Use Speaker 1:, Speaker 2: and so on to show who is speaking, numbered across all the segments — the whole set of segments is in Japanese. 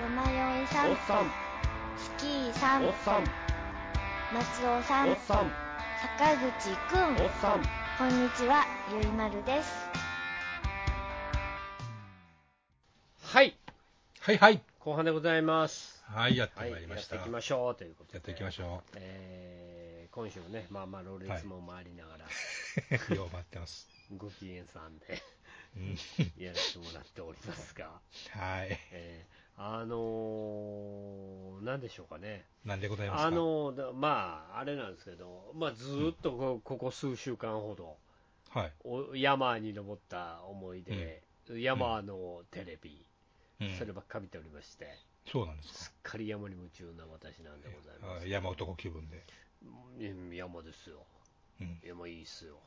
Speaker 1: さん
Speaker 2: っさん
Speaker 1: スキーさん
Speaker 2: おっさん
Speaker 1: 松尾さ
Speaker 2: お
Speaker 1: ん
Speaker 2: っさん
Speaker 1: 坂口くん
Speaker 2: おっさん
Speaker 1: こんにちはゆいまるです
Speaker 2: はい
Speaker 3: はいはい。
Speaker 2: 後半でございます
Speaker 3: はい、やって
Speaker 2: はい
Speaker 3: まいりました。
Speaker 2: やっていき
Speaker 3: や
Speaker 2: ましょうということで
Speaker 3: っていきましょ
Speaker 2: えー今週もねまあまあロレツも回りながら、
Speaker 3: う。よう待ってます。
Speaker 2: ご機嫌さんで
Speaker 3: うん
Speaker 2: やらせてもらっておりますが
Speaker 3: はい。
Speaker 2: えーあのー、なんでしょうかね、
Speaker 3: なんでございますか。
Speaker 2: あのーだまあ、あれなんですけど、まあ、ずーっとこ,、ここ数週間ほど
Speaker 3: はい。
Speaker 2: お、山に登った思いで、山のテレビ、
Speaker 3: うん
Speaker 2: そればっか見ておりまして、
Speaker 3: そうなんです
Speaker 2: すっかり山に夢中な私なんでござい
Speaker 3: か。
Speaker 2: ま
Speaker 3: あ
Speaker 2: す。
Speaker 3: 山男気分で。
Speaker 2: うん山ですよ、
Speaker 3: うん。
Speaker 2: 山いいっすよ、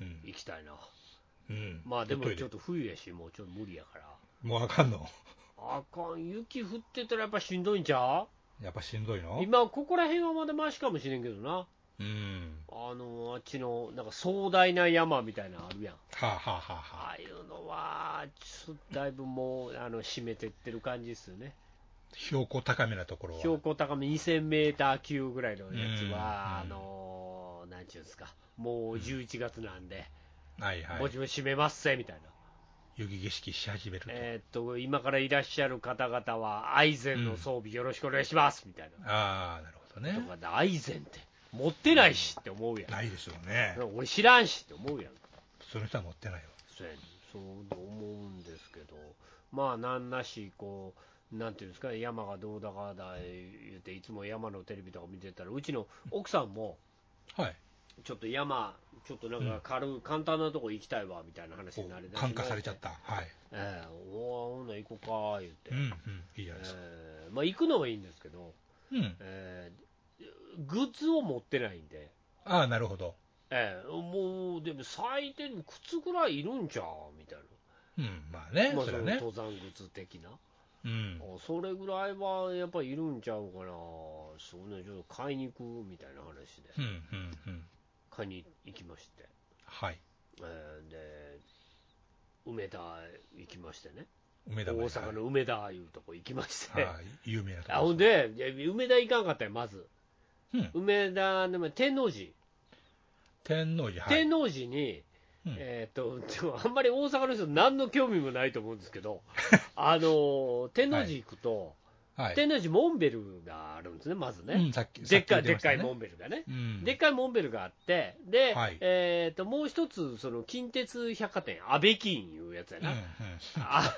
Speaker 3: うん
Speaker 2: 行きたいな、
Speaker 3: うん。
Speaker 2: まあでも
Speaker 3: トイレ
Speaker 2: ちょっと冬やし、もうちょっと無理やから、
Speaker 3: もうあかんの。
Speaker 2: あかん、雪降ってたらやっぱしんどいんちゃう
Speaker 3: やっぱしんどいの
Speaker 2: 今、ここら辺はまだマシかもしれんけどな、
Speaker 3: うん。
Speaker 2: あのあっちのなんか壮大な山みたいなのあるやん、
Speaker 3: はあ、はあはあはあ、
Speaker 2: ああいうのは、ちょっとだいぶもうあの締めてってる感じですよね、
Speaker 3: 標高高めなところは。
Speaker 2: 標高高め2000メーター級ぐらいのやつは、あ
Speaker 3: うん
Speaker 2: のなんちゅうんですか、もう11月なんで、
Speaker 3: はいは
Speaker 2: ぼ
Speaker 3: い
Speaker 2: ち。ぼち締めますぜみたいな、
Speaker 3: 雪景色し始めると。
Speaker 2: えーっと今からいらっしゃる方々は、アイゼンの装備よろしくお願いしますみたい
Speaker 3: ああ、なるほど
Speaker 2: な、
Speaker 3: ね
Speaker 2: と。かでアイゼンって持ってないしって思うやん。
Speaker 3: ないですよね。
Speaker 2: 俺知らんしって思うやん
Speaker 3: 普通の人は持ってないよ。
Speaker 2: そうやねんそう思うんですけどまあなんなしこうなんていうんですかね山がどうだかだ言っていつも山のテレビとか見てたらうちの奥さんも
Speaker 3: はい。
Speaker 2: ちょっと山ちょっとなんか軽い、簡単なとこ行きたいわみたいな話
Speaker 3: こ
Speaker 2: になり
Speaker 3: う
Speaker 2: だしま
Speaker 3: 感
Speaker 2: して
Speaker 3: 化されちゃった。はい。
Speaker 2: ええおーほんなら行こうか言って、
Speaker 3: うんうん。いいじゃないですか。
Speaker 2: ええまあ行くのはいいんですけど、
Speaker 3: うん。
Speaker 2: ええグッズを持ってないんで
Speaker 3: ああ、なるほど。
Speaker 2: ええもうでも最低でも靴ぐらいいるんちゃうみたいな
Speaker 3: うん。まあね、
Speaker 2: まあ、
Speaker 3: そ
Speaker 2: そ
Speaker 3: れ
Speaker 2: の
Speaker 3: はね。
Speaker 2: 登山靴的な、
Speaker 3: うん。
Speaker 2: あそれぐらいはやっぱいるんちゃうかな、そうね、ちょっと買いに行くみたいな話で
Speaker 3: う、んうんうん。
Speaker 2: 買いに行きまして、
Speaker 3: はい。
Speaker 2: えーで、梅田行きましてね、
Speaker 3: 梅
Speaker 2: 大
Speaker 3: 田まで
Speaker 2: 阪の梅田いうとこ行きまして、
Speaker 3: はいはい有名なとこ
Speaker 2: あほんで、いや梅田行かんかったよ、まず、
Speaker 3: うん
Speaker 2: 梅田でも天王寺、
Speaker 3: 天王寺、はい。
Speaker 2: 天王寺に、
Speaker 3: うん
Speaker 2: えー、と でもあんまり大阪の人、何の興味もないと思うんですけ ど、あのー天王寺行くと、
Speaker 3: はい。
Speaker 2: 天王寺モンベルがあるんですね、まず
Speaker 3: う
Speaker 2: ね、
Speaker 3: ん、さっき、
Speaker 2: でっかい、
Speaker 3: さ
Speaker 2: で
Speaker 3: き
Speaker 2: っ
Speaker 3: 言ました
Speaker 2: か
Speaker 3: ね
Speaker 2: いモンベルがね、
Speaker 3: うん。
Speaker 2: でっかいモンベルがあって、で、
Speaker 3: はい
Speaker 2: えー、ともう一つ、その近鉄百貨店、安倍金いうやつや
Speaker 3: うんう
Speaker 2: な、
Speaker 3: ん。
Speaker 2: あ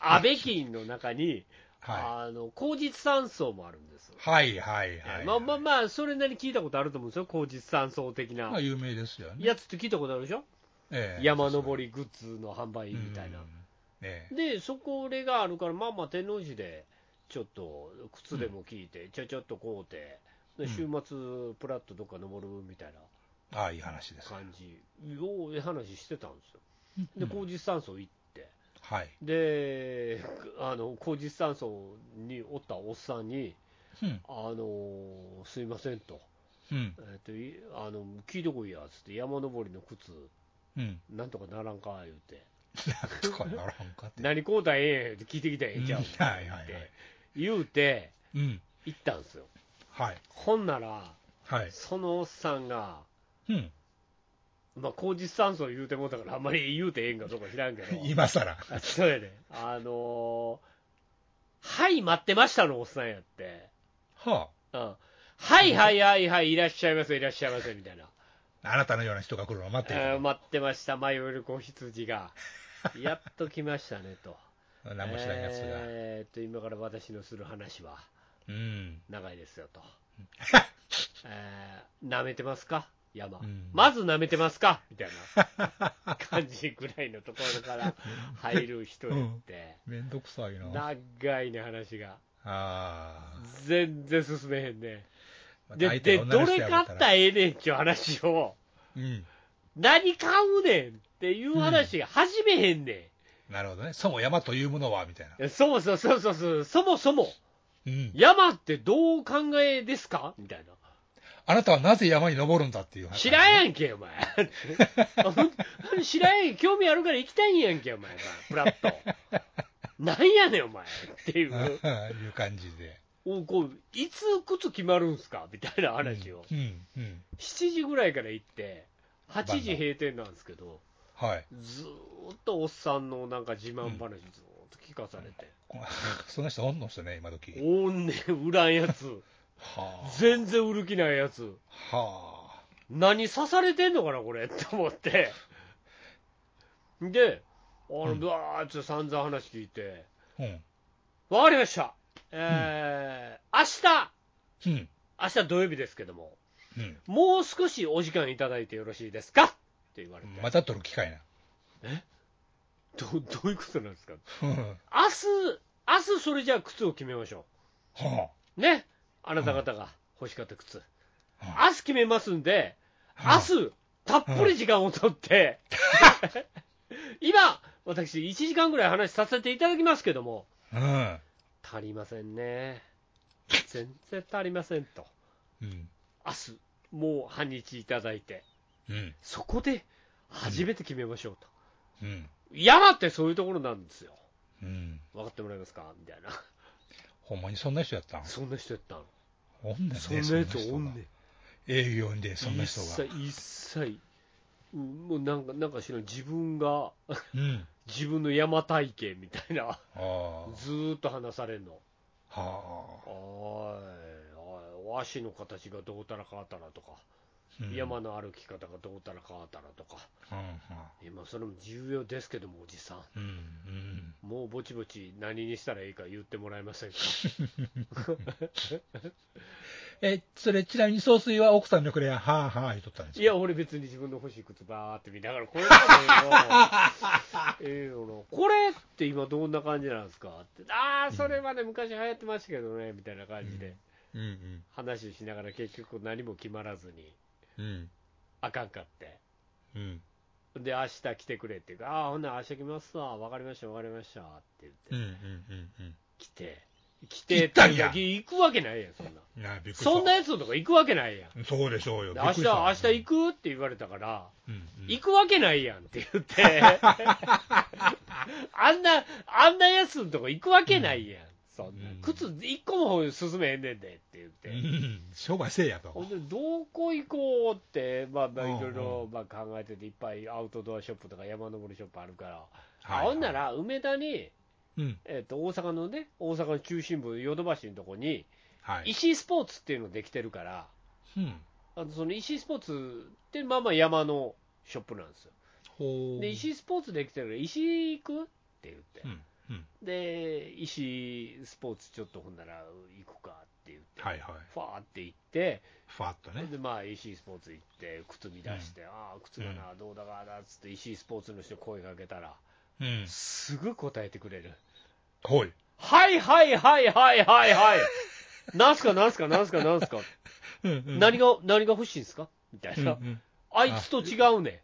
Speaker 2: 安倍金の中に、
Speaker 3: は
Speaker 2: あの工実山荘もあるんです、
Speaker 3: い。はいはいはい。
Speaker 2: まあまあまあ、それなりに聞いたことあると思うんですよ、工実山荘的な
Speaker 3: まあ、有名ですよね。
Speaker 2: やつって聞いたことあるでしょ、
Speaker 3: ええ
Speaker 2: 山登りグッズの販売
Speaker 3: うん
Speaker 2: みたいな。
Speaker 3: ええ
Speaker 2: で、そこれがあるから、まあまあ天王寺で、ちょっと靴でも聞いて、ちゃちゃっと買うて、で
Speaker 3: うん
Speaker 2: 週末、プラッとどっか登るみたいな
Speaker 3: ああ、いい話です。
Speaker 2: 感じをええ話してたんですよ。
Speaker 3: う
Speaker 2: で、
Speaker 3: ん
Speaker 2: 工事山荘行って、
Speaker 3: はい。
Speaker 2: で、あの工事山荘におったおっさんに、
Speaker 3: うん。
Speaker 2: あのすいませんと、
Speaker 3: うん
Speaker 2: え。っといあの聞いてこいやつって、山登りの靴、
Speaker 3: うん。
Speaker 2: なんとかならんか言うて、
Speaker 3: とかならんかって。
Speaker 2: 何買うたらええんやって聞いてきたらええんちゃう
Speaker 3: うんはいはいはい
Speaker 2: って言うて、
Speaker 3: うん。
Speaker 2: 行ったんですよ
Speaker 3: はい。
Speaker 2: ほんなら
Speaker 3: はい。
Speaker 2: そのおっさんが
Speaker 3: うん。
Speaker 2: まあ工事酸素言うてもうたからあんまり言うてええんかどうか知らんけど
Speaker 3: 今さら。
Speaker 2: あそうやねあのーはい待ってました」のおっさんやって
Speaker 3: は
Speaker 2: 「うん、はいはいはいはいいらっしゃいませいらっしゃいませ」みたいな
Speaker 3: あ。あなたのような人が来るのを待
Speaker 2: 「
Speaker 3: ってい
Speaker 2: あー
Speaker 3: る。
Speaker 2: 待ってました迷える子羊がやっと来ましたね」と。
Speaker 3: 何もしないやつが。
Speaker 2: えーっと今から私のする話は
Speaker 3: うん。
Speaker 2: 長いですよと、 えー、舐めてますか山、
Speaker 3: うん
Speaker 2: まず舐めてますかみたい な感じぐらいのところから入る人やって、
Speaker 3: めんどくさいな。あ
Speaker 2: 長いね話が
Speaker 3: あ。
Speaker 2: 全然進めへんね
Speaker 3: まあ
Speaker 2: で
Speaker 3: 大
Speaker 2: で
Speaker 3: 体女
Speaker 2: ど
Speaker 3: の人
Speaker 2: れ
Speaker 3: や
Speaker 2: 買
Speaker 3: ろう
Speaker 2: ったらええねんっちゅう話を
Speaker 3: うん。
Speaker 2: 何買うねんっていう話が始めへんね
Speaker 3: なるほどね。そも山というものは、みたいな。
Speaker 2: ん、そもそもそうそうそうそもそも
Speaker 3: うん。
Speaker 2: 山ってどうお考えですかみたいな
Speaker 3: あなたはなぜ山に登るんだっていう話。
Speaker 2: 知らんやんけ、お前。ほん知らんやんけ、興味あるから行きたいんやんけ、お前。プラッと。なんやねん、お前っていう、
Speaker 3: いう感じで。
Speaker 2: おこういつ靴決まるんすかみたいな話を、
Speaker 3: うん、うん。
Speaker 2: 7時ぐらいから行って、8
Speaker 3: バ
Speaker 2: 時
Speaker 3: ンバン
Speaker 2: 閉店なんですけど、
Speaker 3: はい。
Speaker 2: ずーっとおっさんのなんか自慢話、ずーっと聞かされて、
Speaker 3: その人、おんの人ね、今時。
Speaker 2: おんねん、売らんやつ、
Speaker 3: はあ。
Speaker 2: 全然売る気ないやつ、
Speaker 3: はあ。
Speaker 2: 何刺されてんのかな、これって思って、で、あ
Speaker 3: うん
Speaker 2: の、ぶわーっと散々話聞いて、
Speaker 3: うん。
Speaker 2: わかりました、えー明日
Speaker 3: うん。
Speaker 2: 明日土曜日ですけども、
Speaker 3: うん。
Speaker 2: もう少しお時間いただいてよろしいですかって言われて、
Speaker 3: また取る機会な。
Speaker 2: どどういうことなんですか
Speaker 3: うん
Speaker 2: 明日、明日それじゃあ靴を決めましょ
Speaker 3: は
Speaker 2: う。ね。あなた方が欲しかった靴。
Speaker 3: うん
Speaker 2: 明日決めますんで、
Speaker 3: あ。
Speaker 2: 明日、たっぷり時間を取って、今、私1時間ぐらい話させていただきますけども、
Speaker 3: うん。
Speaker 2: 足りませんね。全然足りませんと。
Speaker 3: うん。
Speaker 2: 明日、もう半日いただいて、
Speaker 3: うん。
Speaker 2: そこで初めて決めましょうと。
Speaker 3: うん。
Speaker 2: 山ってそういうところなんですよ。
Speaker 3: うん。
Speaker 2: 分かってもらえますかみたいな。
Speaker 3: ほんまにそんな人やったん
Speaker 2: そんな人やったの。
Speaker 3: おんねんね。
Speaker 2: そんなやつおんね
Speaker 3: 人が
Speaker 2: ん。
Speaker 3: 営業にで、そんな人
Speaker 2: 一
Speaker 3: が。
Speaker 2: 切、一切。うんもうなんか、なんか知らん。自分が、
Speaker 3: うん。
Speaker 2: 自分の山体験みたいな。
Speaker 3: ああ。
Speaker 2: ずーっと話されんの。
Speaker 3: はあ。
Speaker 2: おい、おい、足の形がどうたらかあたらとか、
Speaker 3: うん
Speaker 2: 山の歩き方がどうたらかあたらとか。
Speaker 3: うん
Speaker 2: 今、それも重要ですけども、おじさん。
Speaker 3: うん。うん。
Speaker 2: もうぼちぼち何にしたらいいか言ってもらえません か
Speaker 3: え、それ、ちなみに総帥は奥さんのくれや、はあはあ言っとったんですか
Speaker 2: いや、俺別に自分の欲しい靴ばーって見ながら、これだけどええよなこれって今どんな感じなんですかって、ああ、それはね、昔流行ってましたけどね、みたいな感じで
Speaker 3: うんうん。
Speaker 2: 話しながら結局何も決まらずに、
Speaker 3: うん。
Speaker 2: あかんかって。
Speaker 3: うん。
Speaker 2: で、明日来てくれっていうか、ああ、ほんなら明日来ますわ、わかりました、わかりました、って
Speaker 3: うん。う
Speaker 2: 言って、
Speaker 3: ん。
Speaker 2: 来て、来て
Speaker 3: 行ったんや
Speaker 2: 行くわけないやん、そんな。
Speaker 3: うん。なあ、びっくりした。
Speaker 2: そんなやつのとか行くわけないやん。
Speaker 3: そうでしょうよ。
Speaker 2: で明日、明日行
Speaker 3: く。
Speaker 2: くって言われたから、
Speaker 3: うんうん
Speaker 2: 行くわけないやんって言 って、あんな、あんなやつのとこ行くわけないやん。そんな
Speaker 3: うん。
Speaker 2: 靴一個も進めへんねんでって言っ
Speaker 3: う
Speaker 2: て。
Speaker 3: ん。商売せえやと。
Speaker 2: ほんで、どこ行こうって、まあ、まあ、
Speaker 3: うんうん
Speaker 2: いろいろ、まあ、考えてて、いっぱいアウトドアショップとか山登りショップあるから。
Speaker 3: は
Speaker 2: あ
Speaker 3: い
Speaker 2: ほんな。ら、梅田に、
Speaker 3: うん。
Speaker 2: えっと、大阪のね、大阪の中心部、ヨドバシのとこに、
Speaker 3: はい。
Speaker 2: 石井スポーツっていうのできてるから、
Speaker 3: うん。
Speaker 2: あのその石井スポーツって、まあまあ山のショップなんですよ。
Speaker 3: ほう。
Speaker 2: で、石井スポーツできてるから、石井行くって言って、
Speaker 3: うん。うん。
Speaker 2: で、石井スポーツちょっとほんなら行くかって言って、
Speaker 3: はいはい。
Speaker 2: ファーって行って、
Speaker 3: ふわっとね。
Speaker 2: で、まあ、石井スポーツ行って、靴見出して、ああ、靴がな、どうだかなっつって、石井スポーツの人声かけたら、
Speaker 3: うん。
Speaker 2: すぐ答えてくれる。
Speaker 3: ほい。
Speaker 2: はいはいはいはいはいはい。なんすかなんすかなんすかなんすか。
Speaker 3: うんうん
Speaker 2: 何が、何が欲しいんすかみた
Speaker 3: う
Speaker 2: い
Speaker 3: んう
Speaker 2: な。
Speaker 3: ん
Speaker 2: あいつと違うね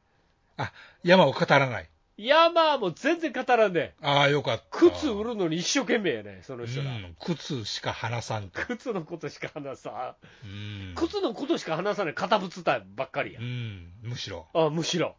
Speaker 3: 山を語らない。
Speaker 2: ん。山も全然語らんねん。
Speaker 3: ああ、よかった。
Speaker 2: 靴売るのに一生懸命やねん、その人ら。
Speaker 3: うん靴しか話さんと。
Speaker 2: 靴のことしか話さ、
Speaker 3: うん
Speaker 2: 靴のことしか話さない堅物体ばっかりや
Speaker 3: う。ん。むしろ。
Speaker 2: あむし ろ。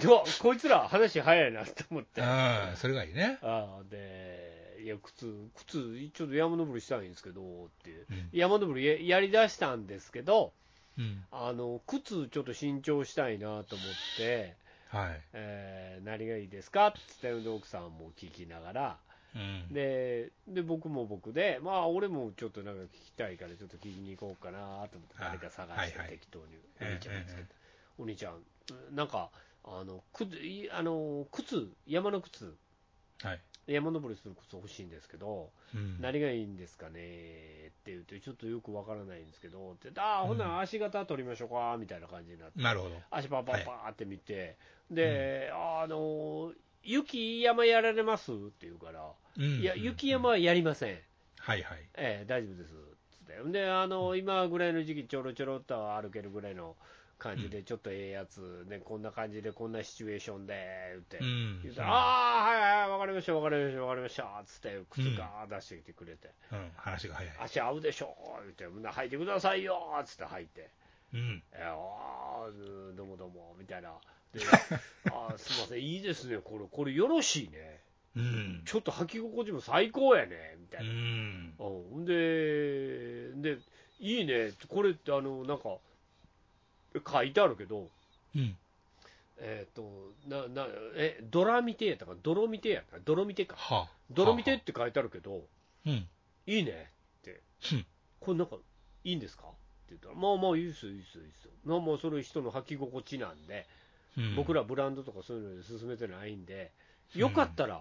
Speaker 2: でも、こいつら話早いなって思って。あ
Speaker 3: うん。それがいいね。
Speaker 2: あで、いや、靴、靴、ちょっと山登りしたいんですけど、って。
Speaker 3: うん
Speaker 2: 山登りややりだしたんですけど、
Speaker 3: うん。
Speaker 2: あの、靴ちょっと新調したいなと思って、
Speaker 3: はい。
Speaker 2: えー何がいいですかって言ったようで奥さんも聞きながら、
Speaker 3: うん。
Speaker 2: でで僕も僕で、まあ、俺もちょっとなんか聞きたいから、ちょっと聞きに行こうかなと思って、
Speaker 3: あ
Speaker 2: 誰か探して
Speaker 3: はいはい
Speaker 2: 適当に、お兄
Speaker 3: ええ
Speaker 2: ちゃん見つけて、お兄ちゃん、うんなんか、あの靴いあの靴、山の靴、
Speaker 3: はい。
Speaker 2: 山登りする靴欲しいんですけど、
Speaker 3: うん
Speaker 2: 何がいいんですかねって言って、ちょっとよくわからないんですけど、って、ああ、ほんなら足型取りましょうか、みたいな感じになって、
Speaker 3: なるほど。
Speaker 2: 足パンパンパーって見て、で、あの、雪山やられますって言うから、
Speaker 3: うん
Speaker 2: いや、雪山
Speaker 3: うん
Speaker 2: はやりません。
Speaker 3: はいはい。
Speaker 2: ええ、大丈夫です。つって。で、あの、今ぐらいの時期、ちょろちょろっと歩けるぐらいの感じで、ちょっとええやつ、ね、こんな感じで、こんなシチュエーションで、言って。
Speaker 3: うん
Speaker 2: 言うてああ、はいはい、わかりました、わかりました、わかりました、つって、靴が出してきてくれて、
Speaker 3: うん。話が早い。
Speaker 2: 足合うでしょ、言って、ほんなら履いてくださいよ、つって履いて。
Speaker 3: うん。
Speaker 2: えー、あーどうもどうも、みたいな。で、あーすみません、いいですね、これ、これよろしいね。
Speaker 3: うん。
Speaker 2: ちょっと履き心地も最高やねみた
Speaker 3: う
Speaker 2: いな、
Speaker 3: ん。
Speaker 2: うん、でで、いいね、これってあの、なんか、書いてあるけど、
Speaker 3: うん。
Speaker 2: えー、とななえドラミテやったか、泥見てやったか、泥見てか、
Speaker 3: はあ。
Speaker 2: 泥見てって書いてあるけど、
Speaker 3: うん。
Speaker 2: いいねって
Speaker 3: うん、
Speaker 2: これなんか、いいんですかって言ったら、まあまあ、いいですよ、いいですよ、いいですよ、まあまあ、それ人の履き心地なんで、
Speaker 3: うん
Speaker 2: 僕、らブランドとかそういうので勧めてないんで、よかったら、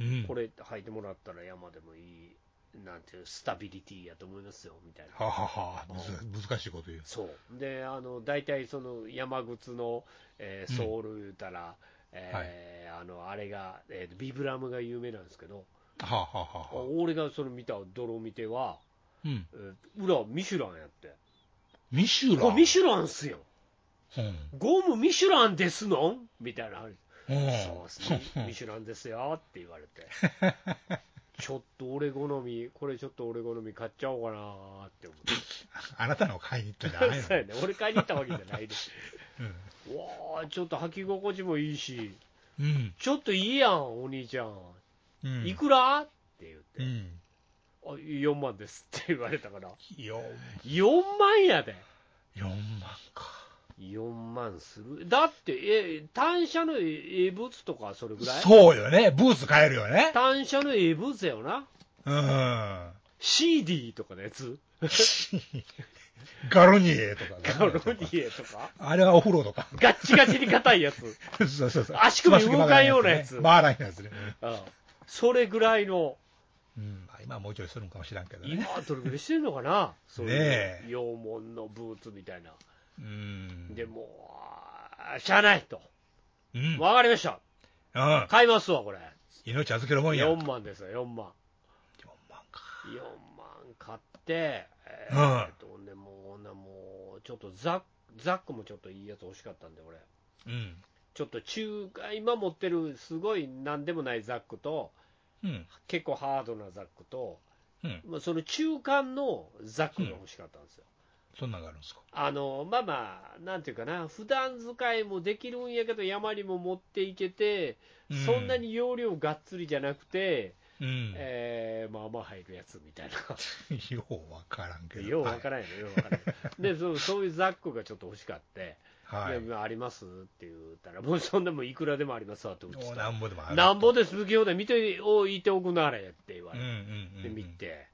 Speaker 3: うん、
Speaker 2: これ履いてもらったら山でもいい、なんていう、スタビリティやと思いますよ、みたいな。
Speaker 3: はあ、はあ、むず難しいこと言う。
Speaker 2: そうであの大体その山靴の、えー
Speaker 3: うん
Speaker 2: ソール言うたら、えーあのあれが、えービブラムが有名なんですけど、
Speaker 3: はあ、はあ、はあはあ。
Speaker 2: 俺がその見た泥見ては、
Speaker 3: うん。
Speaker 2: えー裏ミシュランやって
Speaker 3: ミシ
Speaker 2: こ
Speaker 3: ュラ
Speaker 2: れ
Speaker 3: ン。
Speaker 2: ミシュランっすよ
Speaker 3: うん。
Speaker 2: ゴムミシュランですのんみたいな、
Speaker 3: うん。
Speaker 2: そうっすねミシュランですよって言われて ちょっと俺好みこれちょっと俺好み買っちゃおうかなーって思って
Speaker 3: あなたの買いに行ったんじゃないの
Speaker 2: そうやね俺買いに行ったわけじゃないです
Speaker 3: うん
Speaker 2: わあちょっと履き心地もいいし
Speaker 3: うん。
Speaker 2: ちょっといいやん、お兄ちゃん。
Speaker 3: うん。
Speaker 2: いくらって言っ
Speaker 3: う
Speaker 2: て、
Speaker 3: ん。
Speaker 2: あ4万ですって言われたから、
Speaker 3: よ、
Speaker 2: 4万やで。
Speaker 3: 4万か。
Speaker 2: 4万する。だって、え、単車のええブーツとかそれぐらい
Speaker 3: そうよね。ブーツ買えるよね。
Speaker 2: 単車のええブーツやよな。
Speaker 3: うん。
Speaker 2: CD とかのやつ
Speaker 3: ガロニエとか、
Speaker 2: ガロニエとか
Speaker 3: あれはお風呂とか。
Speaker 2: ガッチガチに硬いや つ。
Speaker 3: そうそうそう。
Speaker 2: 足首動かんようなやつ
Speaker 3: バーラインのやつね。
Speaker 2: うんそれぐらいの、
Speaker 3: うん。まあ今はもうちょいするんかもしらんけど
Speaker 2: 今
Speaker 3: ね。
Speaker 2: どれぐらいしてんのかなそうい
Speaker 3: ねえ
Speaker 2: う、羊毛のブーツみたいな。
Speaker 3: うん。
Speaker 2: で、もう、しゃあないと。
Speaker 3: うん。
Speaker 2: わかりました。
Speaker 3: うん。
Speaker 2: 買いますわ、これ。
Speaker 3: 命預けるもんや。
Speaker 2: 4万ですよ、4万。
Speaker 3: 四万か。
Speaker 2: 4万買って、え
Speaker 3: うん
Speaker 2: ー、とほんでもうほんなもう、ちょっとザザックもちょっといいやつ欲しかったんで、俺、
Speaker 3: うん。
Speaker 2: ちょっと中華、今持ってるすごいなんでもないザックと、
Speaker 3: うん。
Speaker 2: 結構ハードなザックと、
Speaker 3: うん
Speaker 2: まあ、その中間のザックが欲しかったんですよ。
Speaker 3: そんなんがあるんですか。
Speaker 2: あのまあまあ、なんていうかな、普段使いもできるんやけど、山にも持っていけて、
Speaker 3: うん
Speaker 2: そんなに容量がっつりじゃなくて、
Speaker 3: うん。
Speaker 2: えーまあまあ入るやつみたいな。
Speaker 3: ようわからんけど。
Speaker 2: ようわからんよね、ようわからん。で、そうそういうザックがちょっと欲しかって、、
Speaker 3: はいい。
Speaker 2: や
Speaker 3: はい、
Speaker 2: まあありますって言ったら、もうそんなもんいくらでもありますわって打
Speaker 3: も
Speaker 2: つ
Speaker 3: う
Speaker 2: と
Speaker 3: なんぼでもある。
Speaker 2: なんぼです、不況で見ておいておくなれって言わ
Speaker 3: うん
Speaker 2: れ
Speaker 3: う
Speaker 2: て、
Speaker 3: んうん。
Speaker 2: で見。て、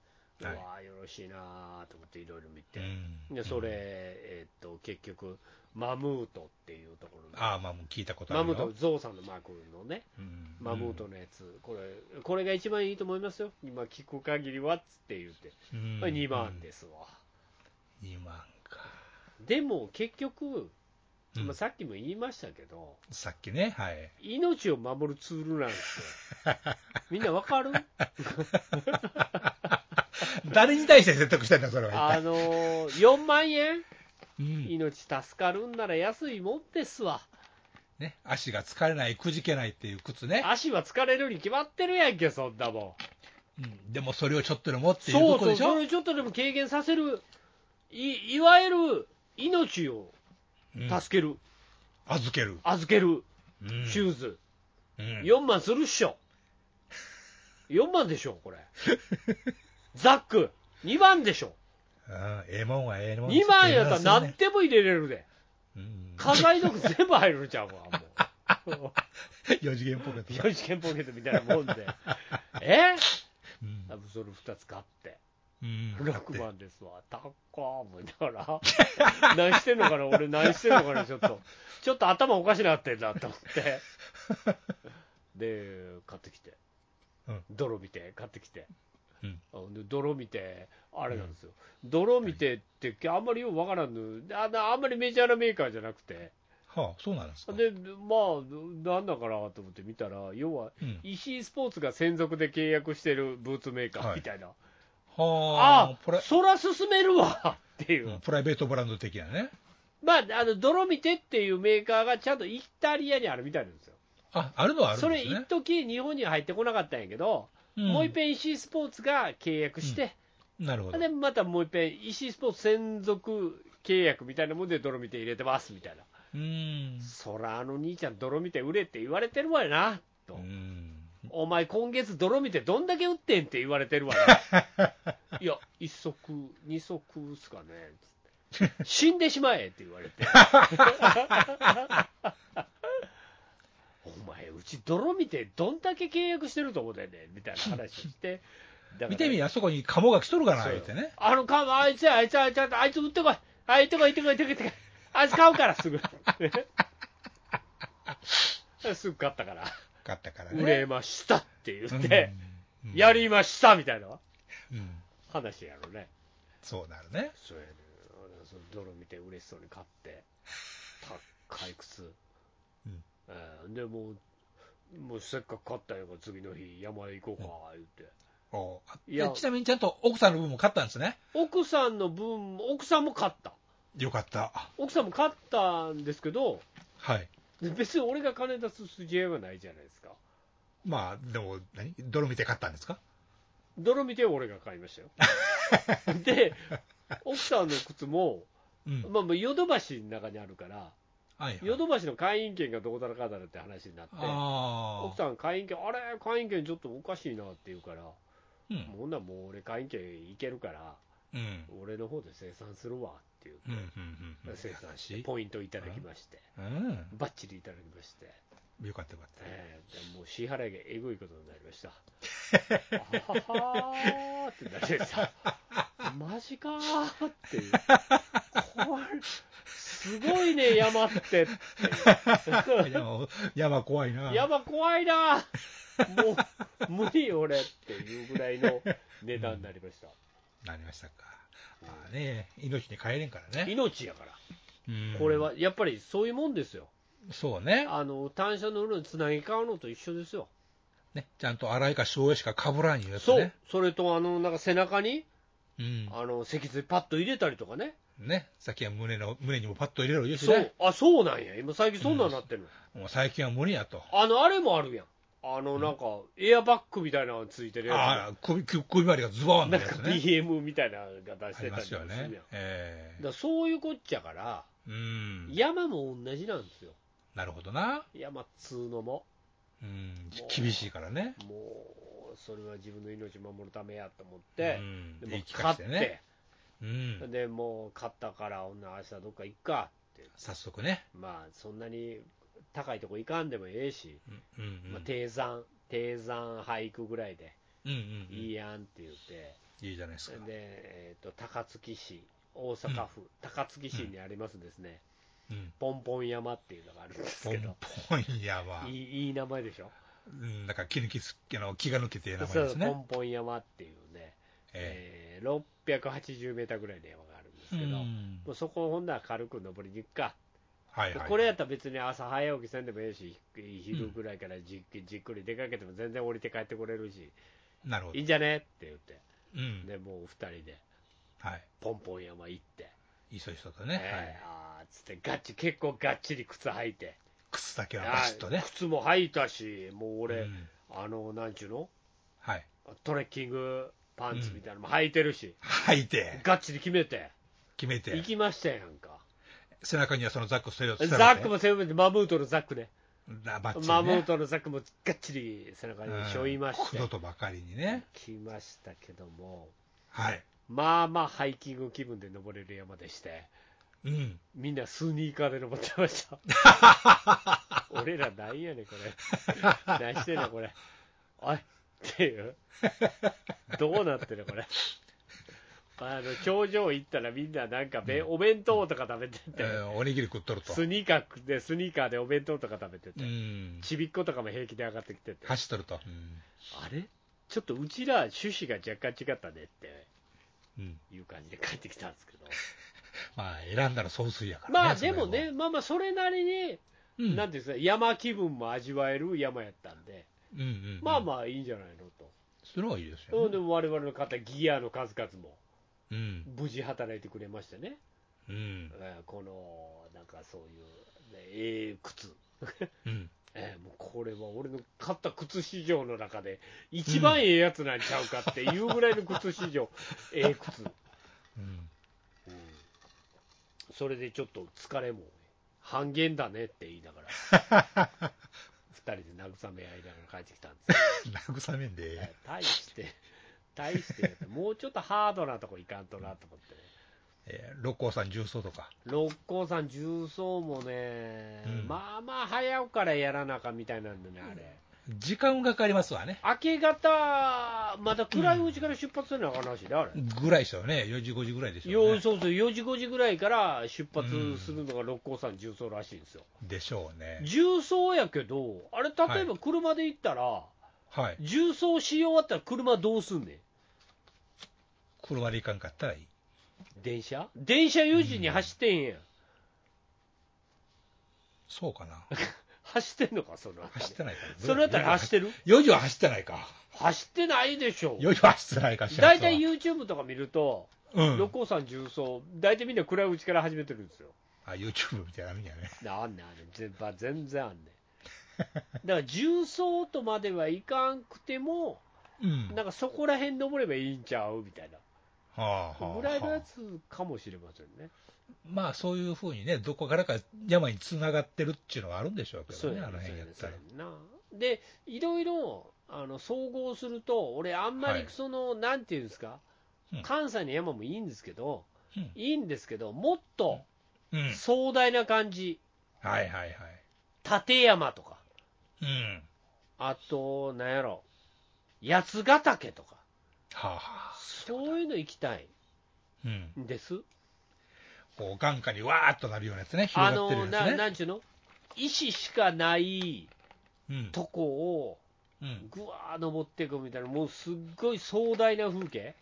Speaker 2: う
Speaker 3: は
Speaker 2: わ
Speaker 3: い
Speaker 2: あよろしいなーと思って、いろいろ見
Speaker 3: う
Speaker 2: て、
Speaker 3: ん。
Speaker 2: でそれ、えーっと、結局、マムートっていうところの、
Speaker 3: ああ、まあもう聞いたことある
Speaker 2: マ
Speaker 3: よ。
Speaker 2: ムート、ゾウさんのマークのね、
Speaker 3: うん。
Speaker 2: マムートのやつ、これ、これが一番いいと思いますよ、今聞く限りはっつって言って、
Speaker 3: うん。
Speaker 2: これ2万ですわ。
Speaker 3: うん。2万か。
Speaker 2: でも結局、
Speaker 3: うん
Speaker 2: まあ、さっきも言いましたけど、
Speaker 3: さっきね、はい。
Speaker 2: 命を守るツールなんです よ。みんなわかる
Speaker 3: 誰に対して説得してんだ、それは
Speaker 2: あ
Speaker 3: 一体。
Speaker 2: のー、4万円、
Speaker 3: うん。
Speaker 2: 命助かるんなら安いもんですわ。
Speaker 3: ね、足が疲れない、くじけないっていう靴ね。
Speaker 2: 足は疲れるに決まってるやんけ、そんなもん。
Speaker 3: うん。でもそれをちょっとでもってい
Speaker 2: そ
Speaker 3: うこ
Speaker 2: う
Speaker 3: と
Speaker 2: そ
Speaker 3: で
Speaker 2: う、
Speaker 3: しょ
Speaker 2: それをちょっとでも軽減させる、いいわゆる命を
Speaker 3: うん
Speaker 2: 助ける、
Speaker 3: 預ける。
Speaker 2: 預ける
Speaker 3: うん
Speaker 2: シューズ、
Speaker 3: うん
Speaker 2: 4万するっし ょ。4万でしょ、これ。ザック、2万でしょ。
Speaker 3: うんええもんはええもん。
Speaker 2: 2万やったら何でも入れれるで、
Speaker 3: うん。
Speaker 2: 家財道具全部入るじゃんわ、 も
Speaker 3: 四次元ポケッ
Speaker 2: う、
Speaker 3: トだ。
Speaker 2: 四次元ポケットみたいなもんで、え
Speaker 3: うん
Speaker 2: あそれ2つ買って、
Speaker 3: うん。
Speaker 2: 6万ですわ、たっかー思いながら、 何してんのかな、俺、何してんのかな、ちょっと、ちょっと頭おかしなってんなと思って、で、買ってきて
Speaker 3: うん、
Speaker 2: 泥見て、買ってきて。
Speaker 3: うん
Speaker 2: あで泥見て、あれなんですよ、泥見てって、あんまりよくわからんのであな、あんまりメジャーなメーカーじゃなくて、
Speaker 3: はあ、そうなんですか。
Speaker 2: で、まあ、なんだかなと思って見たら、要は、
Speaker 3: うん
Speaker 2: 石井スポーツが専属で契約してるブーツメーカーみたいな、
Speaker 3: は
Speaker 2: あ
Speaker 3: あ、プラ
Speaker 2: あ、そら進めるわっていう、
Speaker 3: うんプライベートブランド的なね。
Speaker 2: まあ、あのドロミテっていうメーカーがちゃんとイタリアにあるみたいなんですよ、
Speaker 3: あ、あるのはある
Speaker 2: そ
Speaker 3: んで
Speaker 2: れ、
Speaker 3: すね
Speaker 2: 一。時日本には入ってこなかったんやけど、
Speaker 3: ん
Speaker 2: もう一遍石井スポーツが契約して、
Speaker 3: なるほど。
Speaker 2: でまたもう一遍、石井スポーツ専属契約みたいなもんで、泥見て入れてますみたいな、
Speaker 3: うん。
Speaker 2: そら、あの兄ちゃん、泥見て売れって言われてるわよなと。
Speaker 3: うん。
Speaker 2: お前、今月、泥見てどんだけ打ってんって言われてるわ な、いや、1足、2足っすかね、死んでしまえって言われて、お前、うち、泥見てどんだけ契約してると思うだよねんみたいな話して、だから
Speaker 3: 見てみ、あそこにカモが来とるかな、言うてね。
Speaker 2: あのカム、あいつや、あいつや、あいつや、あいつ売ってこい、あいつ行ってこい、行ってこい、行ってこい、あいつ買うから、す ぐ。すぐ買ったから、
Speaker 3: 買ったからね。
Speaker 2: 売れましたって言
Speaker 3: う
Speaker 2: っ
Speaker 3: ん
Speaker 2: て、、
Speaker 3: うん
Speaker 2: や、りましたみたいな
Speaker 3: うん。
Speaker 2: 話やろね。
Speaker 3: そうなるね。
Speaker 2: そうやねんその泥見て嬉しそうに買って、高い靴。
Speaker 3: うん
Speaker 2: えーでもう、もうせっかく買ったんやから次の日山へ行こうか、言って。
Speaker 3: おうあ
Speaker 2: いや
Speaker 3: でちなみにちゃんと奥さんの分も買ったんですね。
Speaker 2: 奥さんの分も、奥さんも買った。
Speaker 3: よかった。
Speaker 2: 奥さんも買ったんですけど、
Speaker 3: はい。
Speaker 2: で別に俺が金出す筋合いはないじゃないですか。
Speaker 3: まあ、でも、何泥見て買ったんですか
Speaker 2: 泥見て俺が買いま したよ。で、奥さんの靴も、
Speaker 3: うん。
Speaker 2: まあ、もうヨドバシの中にあるから、
Speaker 3: はい、
Speaker 2: ヨドバシの会員権がどうだらかだらって話になって、
Speaker 3: あ
Speaker 2: 奥
Speaker 3: あ。
Speaker 2: さん、会員権、あれ、会員権ちょっとおかしいなって言うから、
Speaker 3: うん。
Speaker 2: もうなもう俺、会員権いけるから、
Speaker 3: うん。
Speaker 2: 俺の方で生産するわっていう、
Speaker 3: うん。うん。うん。
Speaker 2: 生産し
Speaker 3: 優
Speaker 2: て、ポイントいただきまして、
Speaker 3: う
Speaker 2: ばっちりいただきまして、
Speaker 3: ん。よかったよかった。
Speaker 2: えーでもう支払いがえぐいことになりま した。あははーってなりました。マジかーって いう。これ、すごいね、山って。
Speaker 3: 山、山怖いな。
Speaker 2: やば怖いなもう無理俺っていうぐらいの値段になりました、
Speaker 3: なりましたか。まあね、命に帰れんからね。
Speaker 2: 命やから
Speaker 3: うん
Speaker 2: これ。はやっぱりそういうもんですよ
Speaker 3: そうね。
Speaker 2: あの単車乗るのつなぎ買うのと一緒ですよ
Speaker 3: ね、ちゃんと荒いか塩しかかぶらんいうやつ
Speaker 2: そう
Speaker 3: ね。
Speaker 2: それとあのなんか背中に
Speaker 3: うん。
Speaker 2: あの脊髄パッと入れたりとかね
Speaker 3: ね、さっきは胸の、胸にもパッと入れろよし
Speaker 2: そ
Speaker 3: ね
Speaker 2: う。あそうなんや今最近そんなんなってるの、
Speaker 3: もう最近は無理やと。
Speaker 2: あのあれもあるやんあのなんかエアバッグみたいなのついてるや
Speaker 3: ああ、首、首首周りがズボー
Speaker 2: つ
Speaker 3: ン
Speaker 2: な
Speaker 3: っ
Speaker 2: ん
Speaker 3: て
Speaker 2: か
Speaker 3: やつね。
Speaker 2: BM みたいなのが出し
Speaker 3: あ
Speaker 2: て
Speaker 3: り
Speaker 2: たりと
Speaker 3: ま
Speaker 2: か
Speaker 3: す
Speaker 2: する
Speaker 3: よ
Speaker 2: やん、
Speaker 3: ね
Speaker 2: だ。
Speaker 3: え
Speaker 2: からそういうこっちゃから
Speaker 3: えうん。
Speaker 2: 山も同じなんですよ、
Speaker 3: なるほどな。
Speaker 2: 山っつうのも、
Speaker 3: うん。厳しいからね。
Speaker 2: もうそれは自分の命を守るためやと思って
Speaker 3: う、ん。
Speaker 2: で
Speaker 3: 言
Speaker 2: も
Speaker 3: い聞
Speaker 2: 買
Speaker 3: か
Speaker 2: っ
Speaker 3: せ
Speaker 2: て、
Speaker 3: てね。うん。
Speaker 2: でもう買ったから、女、明日どっか行くかって、
Speaker 3: 早速ね。
Speaker 2: まあそんなに高いとこ行かんでもええし、
Speaker 3: うん。うんうん
Speaker 2: まあ、低山、低山俳句ぐらいで
Speaker 3: うんうんうん。
Speaker 2: いいやんって言って、
Speaker 3: いいじゃないですか
Speaker 2: で。えー、と高槻市、大阪府、高槻市にありますですね、
Speaker 3: うん。
Speaker 2: ポンポン山っていうのがあるんです
Speaker 3: ポ
Speaker 2: け
Speaker 3: ン
Speaker 2: ど、
Speaker 3: ポン山
Speaker 2: い。いいい名前でしょ。
Speaker 3: うん、なんか気抜きすあの気が抜けて名前
Speaker 2: そう
Speaker 3: です
Speaker 2: ポ
Speaker 3: ね。
Speaker 2: ンポン山っていうね、
Speaker 3: え
Speaker 2: えー680メーターぐらいの山があるんです
Speaker 3: え
Speaker 2: けど、も
Speaker 3: ん
Speaker 2: うそこをほんなら軽く登りに行くか、
Speaker 3: はいはい。
Speaker 2: これやったら別に朝早起きせんでもええし、ひ昼ぐらいからじっくりじっくり出かけても全然降りて帰ってこれるし、
Speaker 3: なるほど
Speaker 2: いい。んじゃねって言って、
Speaker 3: うん。
Speaker 2: でもう2人で
Speaker 3: はい。
Speaker 2: ポンポン山行って、
Speaker 3: 急い人と
Speaker 2: え
Speaker 3: ね。は
Speaker 2: ー
Speaker 3: い。
Speaker 2: あーっつってガッチ、結構がっちり靴履いて、
Speaker 3: 靴だけは
Speaker 2: あ
Speaker 3: バシッと
Speaker 2: ー
Speaker 3: ね。
Speaker 2: 靴も履いたし、もう俺、
Speaker 3: うん
Speaker 2: あの、なんちゅうの、
Speaker 3: はい。
Speaker 2: トレッキングパンツみたいなのも履いてるし、
Speaker 3: 履いて、
Speaker 2: がっちり決めて。
Speaker 3: 決めて
Speaker 2: 行、きましたやんか、
Speaker 3: 背中にはそのザックストレート
Speaker 2: ザックも背負って、マムートのザックね、
Speaker 3: ラバッチリね。
Speaker 2: マムートのザックもがっちり背中に背負いまして、
Speaker 3: うん。とばかりにね。
Speaker 2: 来ましたけども、
Speaker 3: はい。
Speaker 2: まあまあハイキング気分で登れる山でして、
Speaker 3: うん。
Speaker 2: みんなスニーカーで登ってま した。俺らなんやねん、これ。何してんの、これ。おいっていう。どうなってる、これ。あの頂上行ったらみんななんかべ、お弁当とか食べてて、
Speaker 3: えーおにぎり食っとると。
Speaker 2: スニーカーで、スニーカーでお弁当とか食べて
Speaker 3: う
Speaker 2: て、
Speaker 3: ん。
Speaker 2: ちびっことかも平気で上がってきてて、あ
Speaker 3: 走っとると。うん
Speaker 2: れちょっとうちら趣旨が若干違ったねって
Speaker 3: うん。
Speaker 2: いう感じで帰ってきたんですけど、
Speaker 3: まあ、選んだら総帥やからね。
Speaker 2: まあでも
Speaker 3: それ
Speaker 2: ね、
Speaker 3: は。
Speaker 2: まあまあ、それなりに、
Speaker 3: うん。
Speaker 2: なんていうんですか、山気分も味わえる山やったんで、
Speaker 3: うんうん。
Speaker 2: まあ
Speaker 3: あ。
Speaker 2: まあいいんじゃないのと、
Speaker 3: それはいいです
Speaker 2: う
Speaker 3: よ
Speaker 2: ん、
Speaker 3: ね。
Speaker 2: でも我々の方、ギアの数々も
Speaker 3: うん。
Speaker 2: 無事働いてくれましてね、
Speaker 3: うん。
Speaker 2: えーこのなんかそういう、ねええ靴。
Speaker 3: うん。
Speaker 2: ええもうこれは俺の買った靴市場の中で一番ええやつなんちゃうかっていうぐらいの靴市 場、ええ靴、
Speaker 3: うん。
Speaker 2: それでちょっと疲れも半減だねって言いながら、人で慰め合いながら帰ってきたんですよ。
Speaker 3: 慰めんで。
Speaker 2: 大して、大してやった、もうちょっとハードなとこ行かんとなと思ってね。
Speaker 3: えー六甲山重曹とか。
Speaker 2: 六甲山重曹もね、
Speaker 3: うん
Speaker 2: まあまあ早うからやらなあかんみたいなんでね、あれ。
Speaker 3: 時間がかかりますわね。
Speaker 2: 明け方、まだ暗いうちから出発するのかなしいね、あれ。
Speaker 3: ぐらいでしたよね。4時、5時ぐらいでしょう
Speaker 2: よ
Speaker 3: ね。
Speaker 2: そうそう、4時、5時ぐらいから出発するのが六甲山重曹らしいんですよ。
Speaker 3: でしょうね。
Speaker 2: 重曹やけど、あれ、例えば車で行ったら、
Speaker 3: はい。
Speaker 2: 重曹し終わったら車どうすんねん
Speaker 3: 車で行かんかったらいい。
Speaker 2: 電車電車4時に走ってんやん。
Speaker 3: そうかな。
Speaker 2: 走ってんのか、その辺り
Speaker 3: 走ってないかな。
Speaker 2: そのあたり走ってる
Speaker 3: 4時は走ってないか。
Speaker 2: 走ってないでしょ。
Speaker 3: 4時は走ってないかしらん
Speaker 2: 大
Speaker 3: すわ
Speaker 2: 体 YouTube とか見ると、
Speaker 3: うん
Speaker 2: 六。甲山重曹、大体みんな暗いうちから始めてるんですよ。
Speaker 3: あ、YouTube みたいなのあるんやね。
Speaker 2: なんねんあれ全然全然あん ねん。だから重曹とまではいかんくても、
Speaker 3: うん。
Speaker 2: なんかそこら辺登ればいいんちゃうみたい
Speaker 3: はあ、
Speaker 2: な、
Speaker 3: はあ
Speaker 2: ぐらいのやつかもしれませんね。
Speaker 3: まあそういうふうにね、どこからか山につながってるっていうのはあるんでしょうけ
Speaker 2: そ
Speaker 3: ど
Speaker 2: う
Speaker 3: ね、
Speaker 2: や
Speaker 3: あの
Speaker 2: ねそう
Speaker 3: 辺
Speaker 2: や
Speaker 3: やっ
Speaker 2: ねそ
Speaker 3: た
Speaker 2: う
Speaker 3: ら
Speaker 2: や。ねんな。で、いろいろあの総合すると、俺、あんま
Speaker 3: は
Speaker 2: り
Speaker 3: い
Speaker 2: その、なんていうんですか
Speaker 3: うん、
Speaker 2: 関西の山もいいんですけど、
Speaker 3: うん
Speaker 2: いいんですけど、もっと
Speaker 3: うん。
Speaker 2: 壮大な感じ、
Speaker 3: はいはいはい。
Speaker 2: 立山とか、
Speaker 3: うん。
Speaker 2: あと、なんやろ、八ヶ岳とか、
Speaker 3: はあ、はあ。
Speaker 2: そういうの行きたい
Speaker 3: うん。
Speaker 2: んです。
Speaker 3: こう眼下にわーっとなるようなやつね、
Speaker 2: あ
Speaker 3: 広がってる
Speaker 2: の
Speaker 3: やつね。
Speaker 2: ななんちゅうの、石しかない
Speaker 3: うん。
Speaker 2: とこを
Speaker 3: うん。
Speaker 2: ぐわー登っていくみたいな、もうすっごい壮大な風景、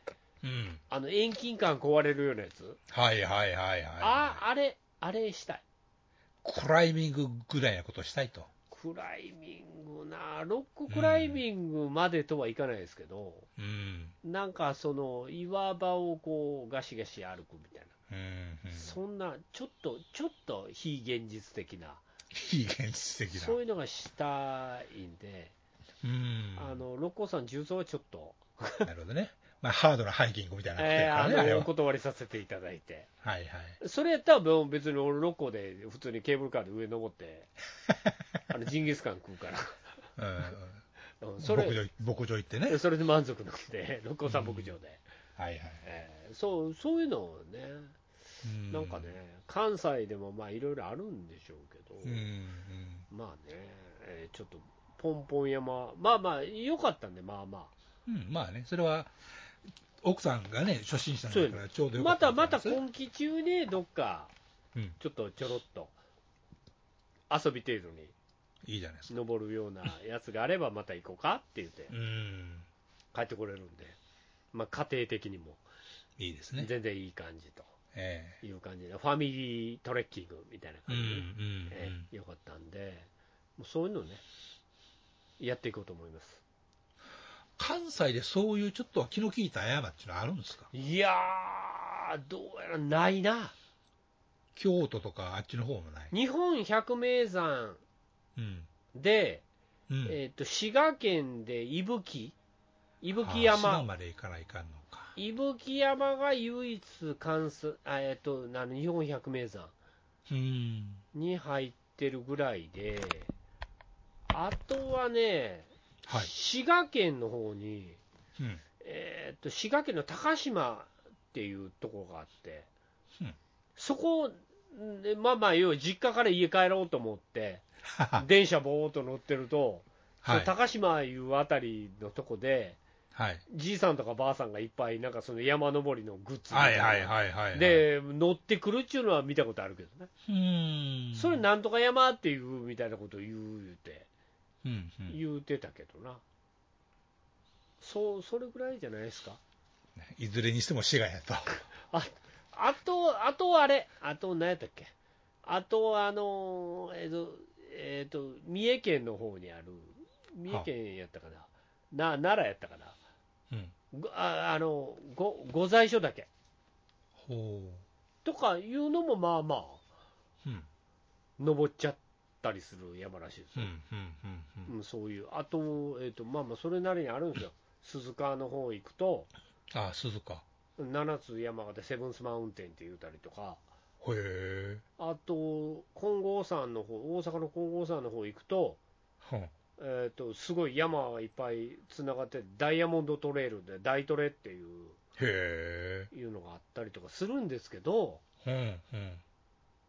Speaker 3: うん。
Speaker 2: あの遠近感壊れるようなやつ、
Speaker 3: はいはいはいはい。
Speaker 2: ああれ、あれしたい、
Speaker 3: クライミングぐらいなことしたいと。
Speaker 2: クライミングな、ロッククライミングまでとはいかないですけど、
Speaker 3: うん。
Speaker 2: なんかその岩場をこうガシガシ歩くみたい
Speaker 3: うん。う
Speaker 2: な、
Speaker 3: ん
Speaker 2: そんな、ちょっと、ちょっと非現実的な、
Speaker 3: 非現実的
Speaker 2: そう
Speaker 3: な。
Speaker 2: いうのがしたいんで、
Speaker 3: うん。
Speaker 2: あの六甲山重曹はちょっと。
Speaker 3: なるほどね。まあ、ハードなハイキングみたいなことや
Speaker 2: え
Speaker 3: か
Speaker 2: ー
Speaker 3: らね、あ
Speaker 2: あ
Speaker 3: れ
Speaker 2: の
Speaker 3: は。
Speaker 2: お断りさせていただいて、
Speaker 3: はいはい。
Speaker 2: それやったらもう別に俺、ロコで普通にケーブルカーで上登 って、あのジンギスカン食うから、
Speaker 3: うん。
Speaker 2: うんそ
Speaker 3: 牧
Speaker 2: れ
Speaker 3: 場牧場行ってね。はい
Speaker 2: それで満足なんで、 六甲山牧場で、
Speaker 3: はい。
Speaker 2: えーそうそういうのをね、
Speaker 3: うん
Speaker 2: なんかね、関西でもまあいろいろあるんでしょうけど、
Speaker 3: うんうん
Speaker 2: まあね、えーちょっとポンポン山、まあまあ、良かったんで、まあま
Speaker 3: うん、まあね、それは奥さんがね、初心者だからちょうど
Speaker 2: あ、
Speaker 3: よか
Speaker 2: ま
Speaker 3: った
Speaker 2: た
Speaker 3: みい
Speaker 2: ま
Speaker 3: で
Speaker 2: た
Speaker 3: すね
Speaker 2: 今季中にどっか、
Speaker 3: うん、
Speaker 2: ちょっとちょろっと遊び程度に。
Speaker 3: いいじゃないですか。
Speaker 2: 登るよう なやつがあればまた行こうかって言って
Speaker 3: うん、
Speaker 2: 帰ってこれるんで、まあ、家庭的にも
Speaker 3: いいですね。
Speaker 2: 全然いい感じ
Speaker 3: え
Speaker 2: という感じで、ファミリートレッキングみたいな
Speaker 3: えう
Speaker 2: 感
Speaker 3: ん
Speaker 2: じで、
Speaker 3: うん
Speaker 2: ええよかったんで、もうそういうのをね、やっていこうと思います。
Speaker 3: 関西でそういうちょっと気の利いた山っていうのはあるんですか
Speaker 2: いやー、どうやらないな、
Speaker 3: 京都とかあっちの方もない。
Speaker 2: 日本百名山
Speaker 3: うん。
Speaker 2: で、
Speaker 3: うん。
Speaker 2: えっと滋賀県で伊吹、伊
Speaker 3: あ
Speaker 2: 吹
Speaker 3: ー島
Speaker 2: 山。
Speaker 3: まで行かないかんのか。
Speaker 2: 伊吹山が唯一関数あ、えっと、あの日本百名山
Speaker 3: うん。
Speaker 2: に入ってるぐらいで、あとはね、
Speaker 3: はい。
Speaker 2: 滋賀県の方に、
Speaker 3: うん。
Speaker 2: えーっと滋賀県の高島っていうところがあって、
Speaker 3: うん
Speaker 2: そこをねまあまあ、要は実家から家帰ろうと思って、
Speaker 3: はは
Speaker 2: 電車ぼーっと乗ってると、そ
Speaker 3: は
Speaker 2: の
Speaker 3: い。
Speaker 2: 高島いうあたりのとこで、
Speaker 3: はい。
Speaker 2: じいさんとかばあさんがいっぱい、なんかその山登りのグッズみ
Speaker 3: は
Speaker 2: たい
Speaker 3: い
Speaker 2: な
Speaker 3: はいはいはい。、
Speaker 2: で、乗ってくるっていうのは見たことあるけどね、
Speaker 3: うん。
Speaker 2: それなんとか山っていうみたいなことを言う言うて、
Speaker 3: うんうん。
Speaker 2: 言うてたけどな、そうそれぐらいじゃないですか、
Speaker 3: いずれにしても滋賀やと。
Speaker 2: ああと、あとあれ、あと何やったっけ、あと、あのー、えっ、と、えっ、と、三重県の方にある、三重県やったかな、な奈良やったかな、
Speaker 3: うん。
Speaker 2: ごああのご御在所だけ
Speaker 3: ほ
Speaker 2: とかいうのも、まあまあ、
Speaker 3: う。うん。
Speaker 2: 登っちゃったりする山らしいです
Speaker 3: う
Speaker 2: よ。
Speaker 3: んうんうんうん。
Speaker 2: うん、そういう、あと、えーとまあ、まあそれなりにあるんですよ、鈴鹿の方行くと、
Speaker 3: ああ、鈴鹿。へ
Speaker 2: 七つ山形、セブンスマウンテンって言うたりとか、
Speaker 3: え。
Speaker 2: あと、金剛山の方大阪の金剛山の方行くと、
Speaker 3: は
Speaker 2: えー、とすごい山がいっぱいつながってダイヤモンドトレイルで大トレっていう
Speaker 3: へ
Speaker 2: いうのがあったりとかするんですけど、
Speaker 3: え。うん、う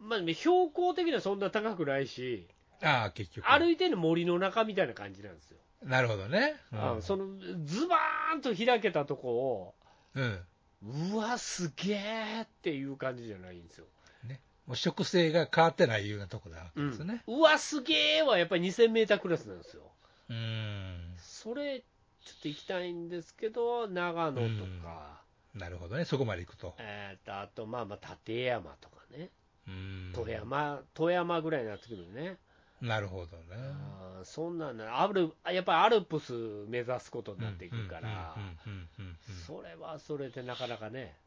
Speaker 3: ん。
Speaker 2: まあ、標高的にはそんな高くないし
Speaker 3: ああ、結局。
Speaker 2: 歩いてる森の中みたいな感じなんですよ、
Speaker 3: なるほどね。
Speaker 2: あのそのズバーンと開けたとこを
Speaker 3: うん。
Speaker 2: うわすげえっていう感じじゃないんですよ、
Speaker 3: もう植生が変わってないようなとこだわけ
Speaker 2: う
Speaker 3: ですよ
Speaker 2: ん
Speaker 3: ね。
Speaker 2: うわすげえはやっぱり2000メータークラスなんですよ
Speaker 3: うん。
Speaker 2: それちょっと行きたいんですけど長野とか、
Speaker 3: なるほどね。そこまで行くと。
Speaker 2: えー、とあとまあまあ立山とかね
Speaker 3: うん。
Speaker 2: 富山、富山ぐらいになってくるね、
Speaker 3: なるほどね。
Speaker 2: あーそんなんなアルやっぱりアルプス目指すことになっていくから、
Speaker 3: うんうんうん
Speaker 2: それはそれでなかなかね、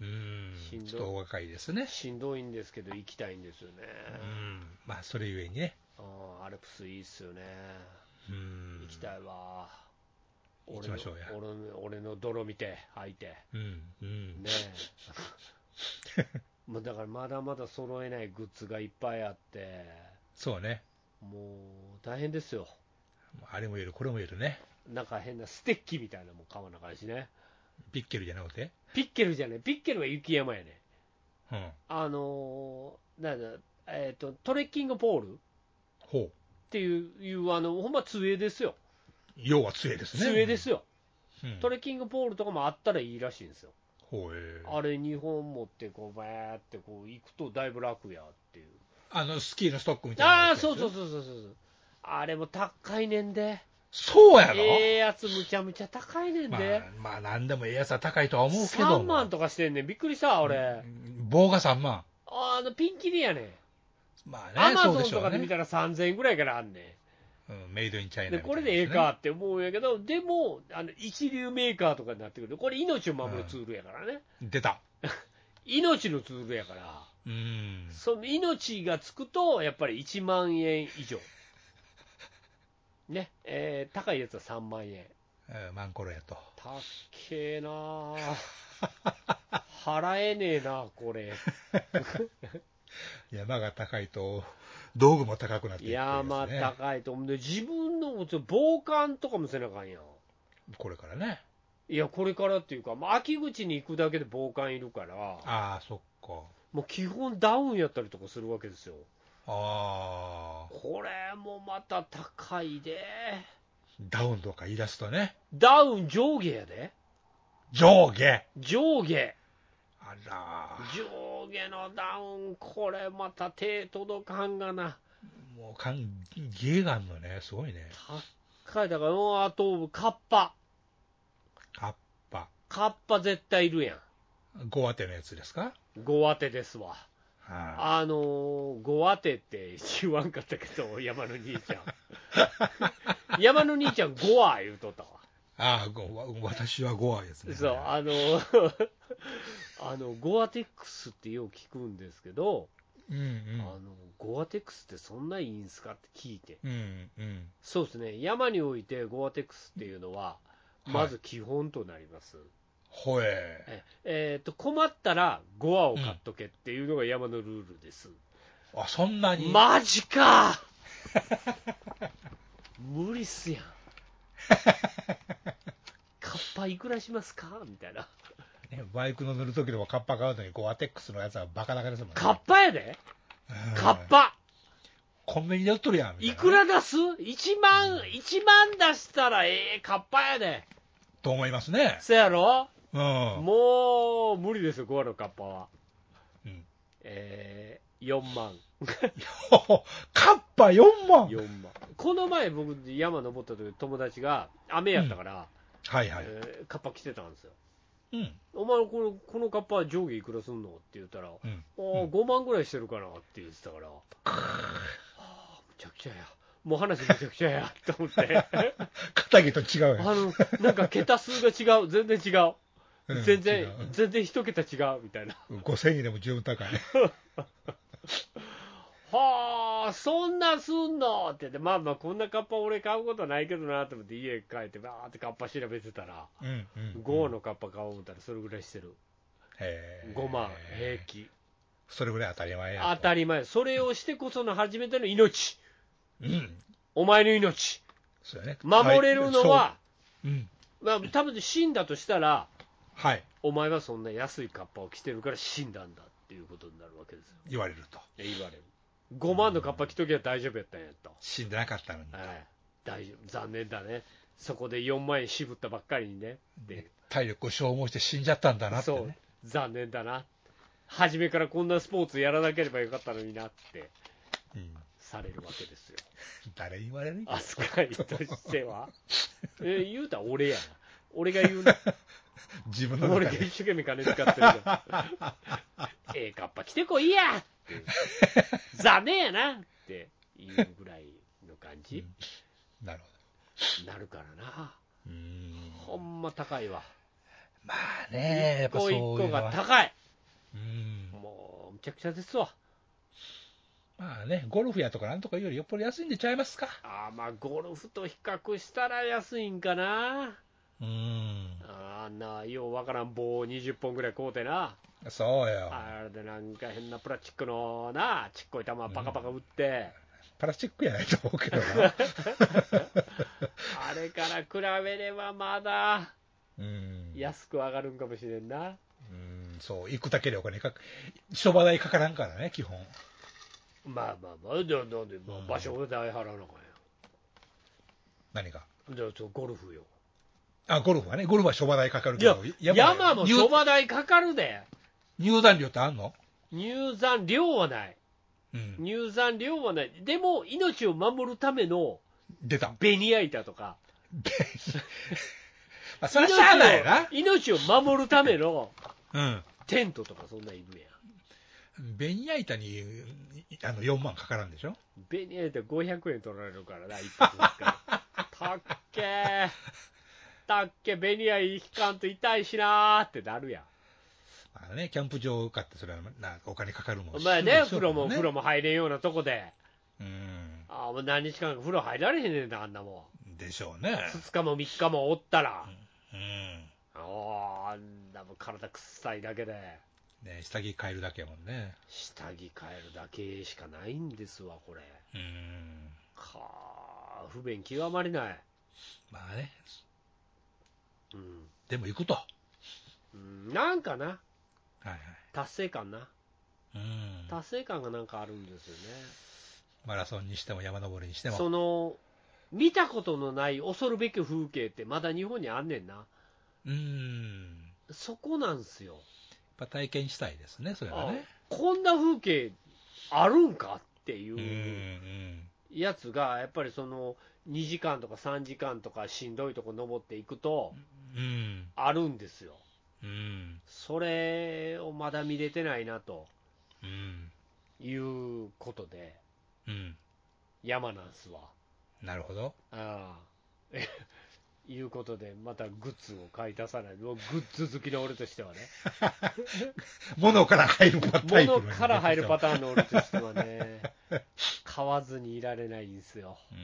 Speaker 3: うんうん
Speaker 2: し
Speaker 3: うん
Speaker 2: ど
Speaker 3: ん
Speaker 2: い
Speaker 3: ちょっと大掛かりですね。
Speaker 2: しんどいんですけど、行きたいんですよね、
Speaker 3: うん。まあ、それゆえにね。
Speaker 2: あーアルプスいいっすよね、
Speaker 3: うん。
Speaker 2: 行きたいわ、
Speaker 3: 行きましょうや
Speaker 2: 俺の俺の俺の泥見て、履いて、
Speaker 3: うん。うん。
Speaker 2: ねえもうだからまだまだ揃えないグッズがいっぱいあって、
Speaker 3: そうね。
Speaker 2: もう大変ですよ。
Speaker 3: あれもいる、これもいるね。
Speaker 2: なんか変なステッキみたいなのも買わなあかんしね。
Speaker 3: ピッケルじゃなくて。
Speaker 2: ピッケルじゃねピッケルは雪山やね。
Speaker 3: うん。
Speaker 2: あのー、なんだ、えっ、と、トレッキングポールっ
Speaker 3: ほう。
Speaker 2: ていう、いうあの、ほんま杖ですよ。
Speaker 3: 要は杖ですね。
Speaker 2: 杖ですよ。
Speaker 3: うん。
Speaker 2: トレッキングポールとかもあったらいいらしいんですよ。
Speaker 3: ほう、えー
Speaker 2: あれ2本持って、こう、バーってこう、行くとだいぶ楽やっていう。
Speaker 3: あの、スキーのストックみたいな
Speaker 2: あ
Speaker 3: や
Speaker 2: あ、
Speaker 3: つ。
Speaker 2: そうそうそうそうそう。あれも高いねんで。
Speaker 3: そうやろ、
Speaker 2: ええやつむちゃむちゃ高いねん
Speaker 3: ま
Speaker 2: で。
Speaker 3: あ、まあ、なんでもええやつは高いとは思うけど
Speaker 2: 3
Speaker 3: も。
Speaker 2: 万とかしてんねん。びっくりした、俺。
Speaker 3: 棒が3万。
Speaker 2: あの、ピンキリやねん。
Speaker 3: まあ
Speaker 2: ア
Speaker 3: ね、
Speaker 2: マ
Speaker 3: そう
Speaker 2: ゾン
Speaker 3: でしょ
Speaker 2: と
Speaker 3: う
Speaker 2: か
Speaker 3: ね
Speaker 2: で見たら3000円ぐらいからあんね
Speaker 3: うん、メイドインチャイ
Speaker 2: ん。
Speaker 3: ナ
Speaker 2: で、
Speaker 3: みたい
Speaker 2: こ
Speaker 3: な
Speaker 2: れ
Speaker 3: やつね、
Speaker 2: でええかって思うんやけど、でも、あの一流メーカーとかになってくると、これ、命を守るツールやからね、
Speaker 3: 出た。
Speaker 2: 命のツールやから、
Speaker 3: うん。
Speaker 2: その命がつくと、やっぱり1万円以上、ねえー高いやつは3万円、
Speaker 3: うんマンコロやと。
Speaker 2: たっけえな あ払えねえな、これ、
Speaker 3: 山が高いと、道具も高くなっていくっていうやつね
Speaker 2: 山高いと思うんで、自分の防寒とかもせなあかんやん。
Speaker 3: これからね。
Speaker 2: いや、これからっていうか、まあ、秋口に行くだけで防寒いるから、
Speaker 3: ああ、そっか。
Speaker 2: もう基本ダウンやったりとかするわけですよ。
Speaker 3: ああ、
Speaker 2: これもまた高いで。
Speaker 3: ダウンとか言い出すとね。
Speaker 2: ダウン上下やで。
Speaker 3: 上下
Speaker 2: 上下。
Speaker 3: あら
Speaker 2: 上下のダウン、これまた手届かんがな。
Speaker 3: ー、もうかん、芸があんのね、すごいね。
Speaker 2: 高い。だから、うんあと、カッパ。
Speaker 3: カッパ。
Speaker 2: カッパ絶対いるや
Speaker 3: ゴアテのやつですか
Speaker 2: ん。ゴアテですわ。
Speaker 3: は
Speaker 2: あのー、ゴアテって言わんかったけど、山の兄ちゃ ん。山の兄ちゃん、ゴア言うとったわ。
Speaker 3: いああ、ごわ私はゴアですね。
Speaker 2: そう、
Speaker 3: あ
Speaker 2: あの、 あの、ゴアテックスってよく聞くんですけど、
Speaker 3: うんう
Speaker 2: あ
Speaker 3: ん
Speaker 2: の、ゴアテックスってそんないいんすかって聞いて。
Speaker 3: うんうん。
Speaker 2: そうですね、山においてゴアテックスっていうのは、
Speaker 3: はい
Speaker 2: まず基本となります。
Speaker 3: ほえ。
Speaker 2: ええーと、困ったらゴアを買っとけっていうのが山のルールです。
Speaker 3: あ、そんなに、
Speaker 2: マジか無理っすやん。カッパいくらしますかみたいな。
Speaker 3: ね、バイクの乗るときでもカッパ買うのに、ゴアテックスのやつはバカだかですもんね。
Speaker 2: カッパやで
Speaker 3: うん
Speaker 2: カッパ
Speaker 3: コンビニで売っとるやん。みたい
Speaker 2: い
Speaker 3: な
Speaker 2: くら出す ?1 万、一万出したらええ、カッパやで。
Speaker 3: と思いますね。
Speaker 2: そやろ
Speaker 3: うん。
Speaker 2: もう、無理ですよ、ゴアのカッパは。
Speaker 3: うん、
Speaker 2: えー、4万。
Speaker 3: カッパ4万
Speaker 2: 4万。この前僕、山登った時、友達が、雨やったから、
Speaker 3: はいはい。
Speaker 2: えーカッパ着てたんですよ。
Speaker 3: うん。
Speaker 2: お前この、このカッパ上下いくらすんのって言ったら、
Speaker 3: うん。
Speaker 2: あー5万ぐらいしてるかなって言ってたから、はあ、むちゃくちゃや。もう話むちゃくちゃや、と思って。
Speaker 3: 肩毛と違うやん
Speaker 2: あの、なんか桁数が違う、全然違う。
Speaker 3: うん
Speaker 2: 全然、
Speaker 3: 違う
Speaker 2: 全然一桁違うみたいな。
Speaker 3: 5000円でも十分高い。
Speaker 2: はあ、そんなすんのって言って、まあまあ、こんなカッパ俺買うことないけどなと思って、家帰って、ばーってカッパ調べてたら、
Speaker 3: うんうん。
Speaker 2: 5のカッパ買おう思ったら、それぐらいしてる。
Speaker 3: へー
Speaker 2: 5万、平気。
Speaker 3: それぐらい当たり前やと。
Speaker 2: 当たり前。それをしてこその初めての命。
Speaker 3: うん。
Speaker 2: お前の命。
Speaker 3: そうやね。
Speaker 2: 守れるのは、
Speaker 3: い、そううん。
Speaker 2: まあ、多分死んだとしたら、
Speaker 3: はい。
Speaker 2: お前はそんな安いカッパを着てるから死んだんだっていうことになるわけですよ、
Speaker 3: 言われると。
Speaker 2: 言われる。5万のカッパ着ときは大丈夫やったんやと、
Speaker 3: 死んでなかったのに。
Speaker 2: はい、大丈夫、残念だね、そこで4万円渋ったばっかりにね、で
Speaker 3: 体力を消耗して死んじゃったんだなって、
Speaker 2: そう
Speaker 3: ね。、
Speaker 2: 残念だな、初めからこんなスポーツやらなければよかったのになって
Speaker 3: うん。
Speaker 2: されるわけですよ、
Speaker 3: 誰に言われる
Speaker 2: 扱いとしては。え言うたら俺やな、俺が言うな、
Speaker 3: 自分の
Speaker 2: 俺
Speaker 3: 中
Speaker 2: が
Speaker 3: で。
Speaker 2: 一生懸命金使ってるから、ええかっぱ来てこいやっていう、残念やなっていうぐらいの感じ
Speaker 3: なるほ
Speaker 2: になるからな、
Speaker 3: ど。うん。
Speaker 2: ほんま高いわ、
Speaker 3: まあね、やっ
Speaker 2: 一
Speaker 3: ぱそ
Speaker 2: 個
Speaker 3: うい
Speaker 2: 一
Speaker 3: うの
Speaker 2: 個が
Speaker 3: は。
Speaker 2: 高い、
Speaker 3: うん。
Speaker 2: もうむちゃくちゃですわ、
Speaker 3: まあね、ゴルフやとかなんとかよりよっぽど安いんでちゃいますか。
Speaker 2: あーまあゴルフと比較したら安いんかな、
Speaker 3: うん。
Speaker 2: あんなようわからん棒20本ぐらい買うてな。
Speaker 3: そうよ。
Speaker 2: あれでなんか変なプラスチックのな、ちっこい球パカパカ打って、
Speaker 3: プラスチックやないと思うけど な。
Speaker 2: あれから比べればまだ
Speaker 3: うん。
Speaker 2: 安く上がるんかもしれんな。
Speaker 3: うん、そう、行くだけでお金かか、諸場代かからんからね、基本。
Speaker 2: まあまあまあ、じゃあなんで、まあ、場所代払わなあかんや
Speaker 3: 何が。
Speaker 2: ん。じゃあそうゴルフよ。
Speaker 3: あ、ゴルフはね、ゴルフは諸場代かかる
Speaker 2: い
Speaker 3: け
Speaker 2: や
Speaker 3: ど、、
Speaker 2: 山もそ
Speaker 3: 入
Speaker 2: ば代かかるで。
Speaker 3: 入団料ってあんの
Speaker 2: 入山料はない。
Speaker 3: うん、
Speaker 2: 入山料はない。でも、命を守るための
Speaker 3: 出た。
Speaker 2: ベニヤ板とか、
Speaker 3: あ、それはしゃあないな。
Speaker 2: 命を命を守るための
Speaker 3: うん。
Speaker 2: テントとかそんなんいるやん。
Speaker 3: ベニヤ板にあの4万かからんでしょ
Speaker 2: ベニヤ板500円取られるからな、一発一回。たっけー、たっけ、ベニヤ引かんと痛いしなーってなるやん。
Speaker 3: あのね、キャンプ場買ってそれはなお金かかるもん
Speaker 2: お前ね、
Speaker 3: そ
Speaker 2: 風
Speaker 3: うでしょ
Speaker 2: 呂も、風呂も入れんようなとこで、
Speaker 3: うん。
Speaker 2: あもう何日間か風呂入られへんねんな、あんなも
Speaker 3: でしょうね
Speaker 2: ん。。2日も3日もおったら、
Speaker 3: うん。
Speaker 2: おーあんなもん体臭いだけで、
Speaker 3: ね、下着変えるだけやもんね。
Speaker 2: 下着変えるだけしかないんですわ、これ。
Speaker 3: うん。
Speaker 2: かー、不便極まりない。
Speaker 3: まあね、
Speaker 2: うん。
Speaker 3: でも行くと。は
Speaker 2: うん、なんかな、
Speaker 3: いはい。
Speaker 2: 達成感な。
Speaker 3: うん。
Speaker 2: 達成感がなんかあるんですよ
Speaker 3: マラソンにしても山登りにして
Speaker 2: ね。
Speaker 3: も。
Speaker 2: その見たことのない恐るべき風景ってまだ日本にあんねんな。
Speaker 3: うん。やっ
Speaker 2: そこなんすよ。
Speaker 3: ぱ体験したいですね、それはね。
Speaker 2: あこんな風景あるんかって
Speaker 3: う。
Speaker 2: いうんやつが、やっぱりその2時間とか3時間とかしんどいとこ登っていくと、
Speaker 3: うん。
Speaker 2: あるんですよ。
Speaker 3: うん。
Speaker 2: それをまだ見れてないなと
Speaker 3: うん。
Speaker 2: いうことで、
Speaker 3: うん。
Speaker 2: 山なんすわ。
Speaker 3: なるほど。
Speaker 2: ああ いうことで、またグッズを買い足さない、もうグッズ好きの俺としてはね、
Speaker 3: 物から入るパターン。
Speaker 2: 物から入るパターンの俺としてはね、買わずにいられないんですよ、
Speaker 3: ーン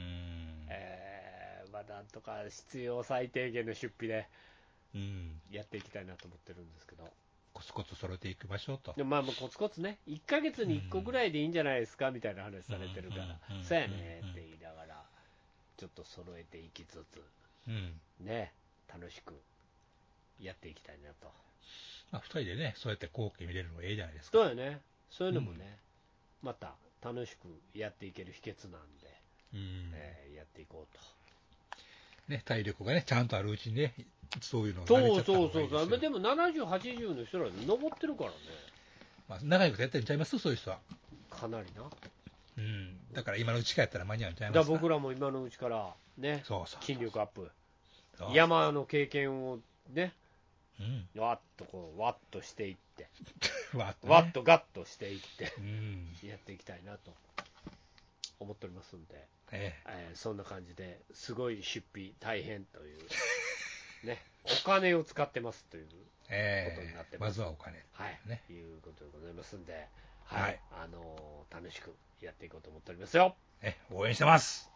Speaker 2: えーまあ、なんとか必要最低限の出費で
Speaker 3: うん。うん。
Speaker 2: やっていきたいなと思ってるんですけど、
Speaker 3: コツコツ揃えていきましょうと。
Speaker 2: でもまあ、もうコツコツね、1ヶ月に1個ぐらいでいいんじゃないですかみたいな話されてるから
Speaker 3: うんうんうん、
Speaker 2: そうやねって言いながら、ちょっと揃えていきつつ、
Speaker 3: うん。
Speaker 2: ね、楽しくやっていきたいなと。
Speaker 3: まあ、二人でね、そうやって後期見れるのがいいじゃないですか。
Speaker 2: そうやね、そういうのもね、また楽しくやっていける秘訣なんで、
Speaker 3: うん。
Speaker 2: えーやっていこう
Speaker 3: ね、体力がね、ちゃんとあるうちにね、そういうの
Speaker 2: と。
Speaker 3: が慣れち
Speaker 2: そ
Speaker 3: ゃ
Speaker 2: う
Speaker 3: った
Speaker 2: そ
Speaker 3: 方がいうい
Speaker 2: そうそう、
Speaker 3: ですよ
Speaker 2: でも70、80の人ら登ってるからね、
Speaker 3: まあ、長いことやってんちゃいますそういう人は。
Speaker 2: かなりな。
Speaker 3: うん。だから今のうちからやったら間に合うんちゃい
Speaker 2: だから
Speaker 3: ますか
Speaker 2: 僕らも今のうちからね、
Speaker 3: そうそう。
Speaker 2: 筋力アップ、
Speaker 3: そう。
Speaker 2: 山の経験をね、
Speaker 3: うん。
Speaker 2: わっとこう、わっとしていって、
Speaker 3: わっとね
Speaker 2: わっとガッとしていって、
Speaker 3: うん。
Speaker 2: やっていきたいなと思っておりますんで。
Speaker 3: え
Speaker 2: え
Speaker 3: え。
Speaker 2: ーそんな感じですごい出費大変という ねお金を使ってますという
Speaker 3: え
Speaker 2: ことになって
Speaker 3: え
Speaker 2: ま
Speaker 3: ますずはお金。
Speaker 2: はい、
Speaker 3: ね
Speaker 2: いうことでございますんではい、
Speaker 3: はい
Speaker 2: あのー楽しくやっていこうと思っておりますよ
Speaker 3: え応援してます。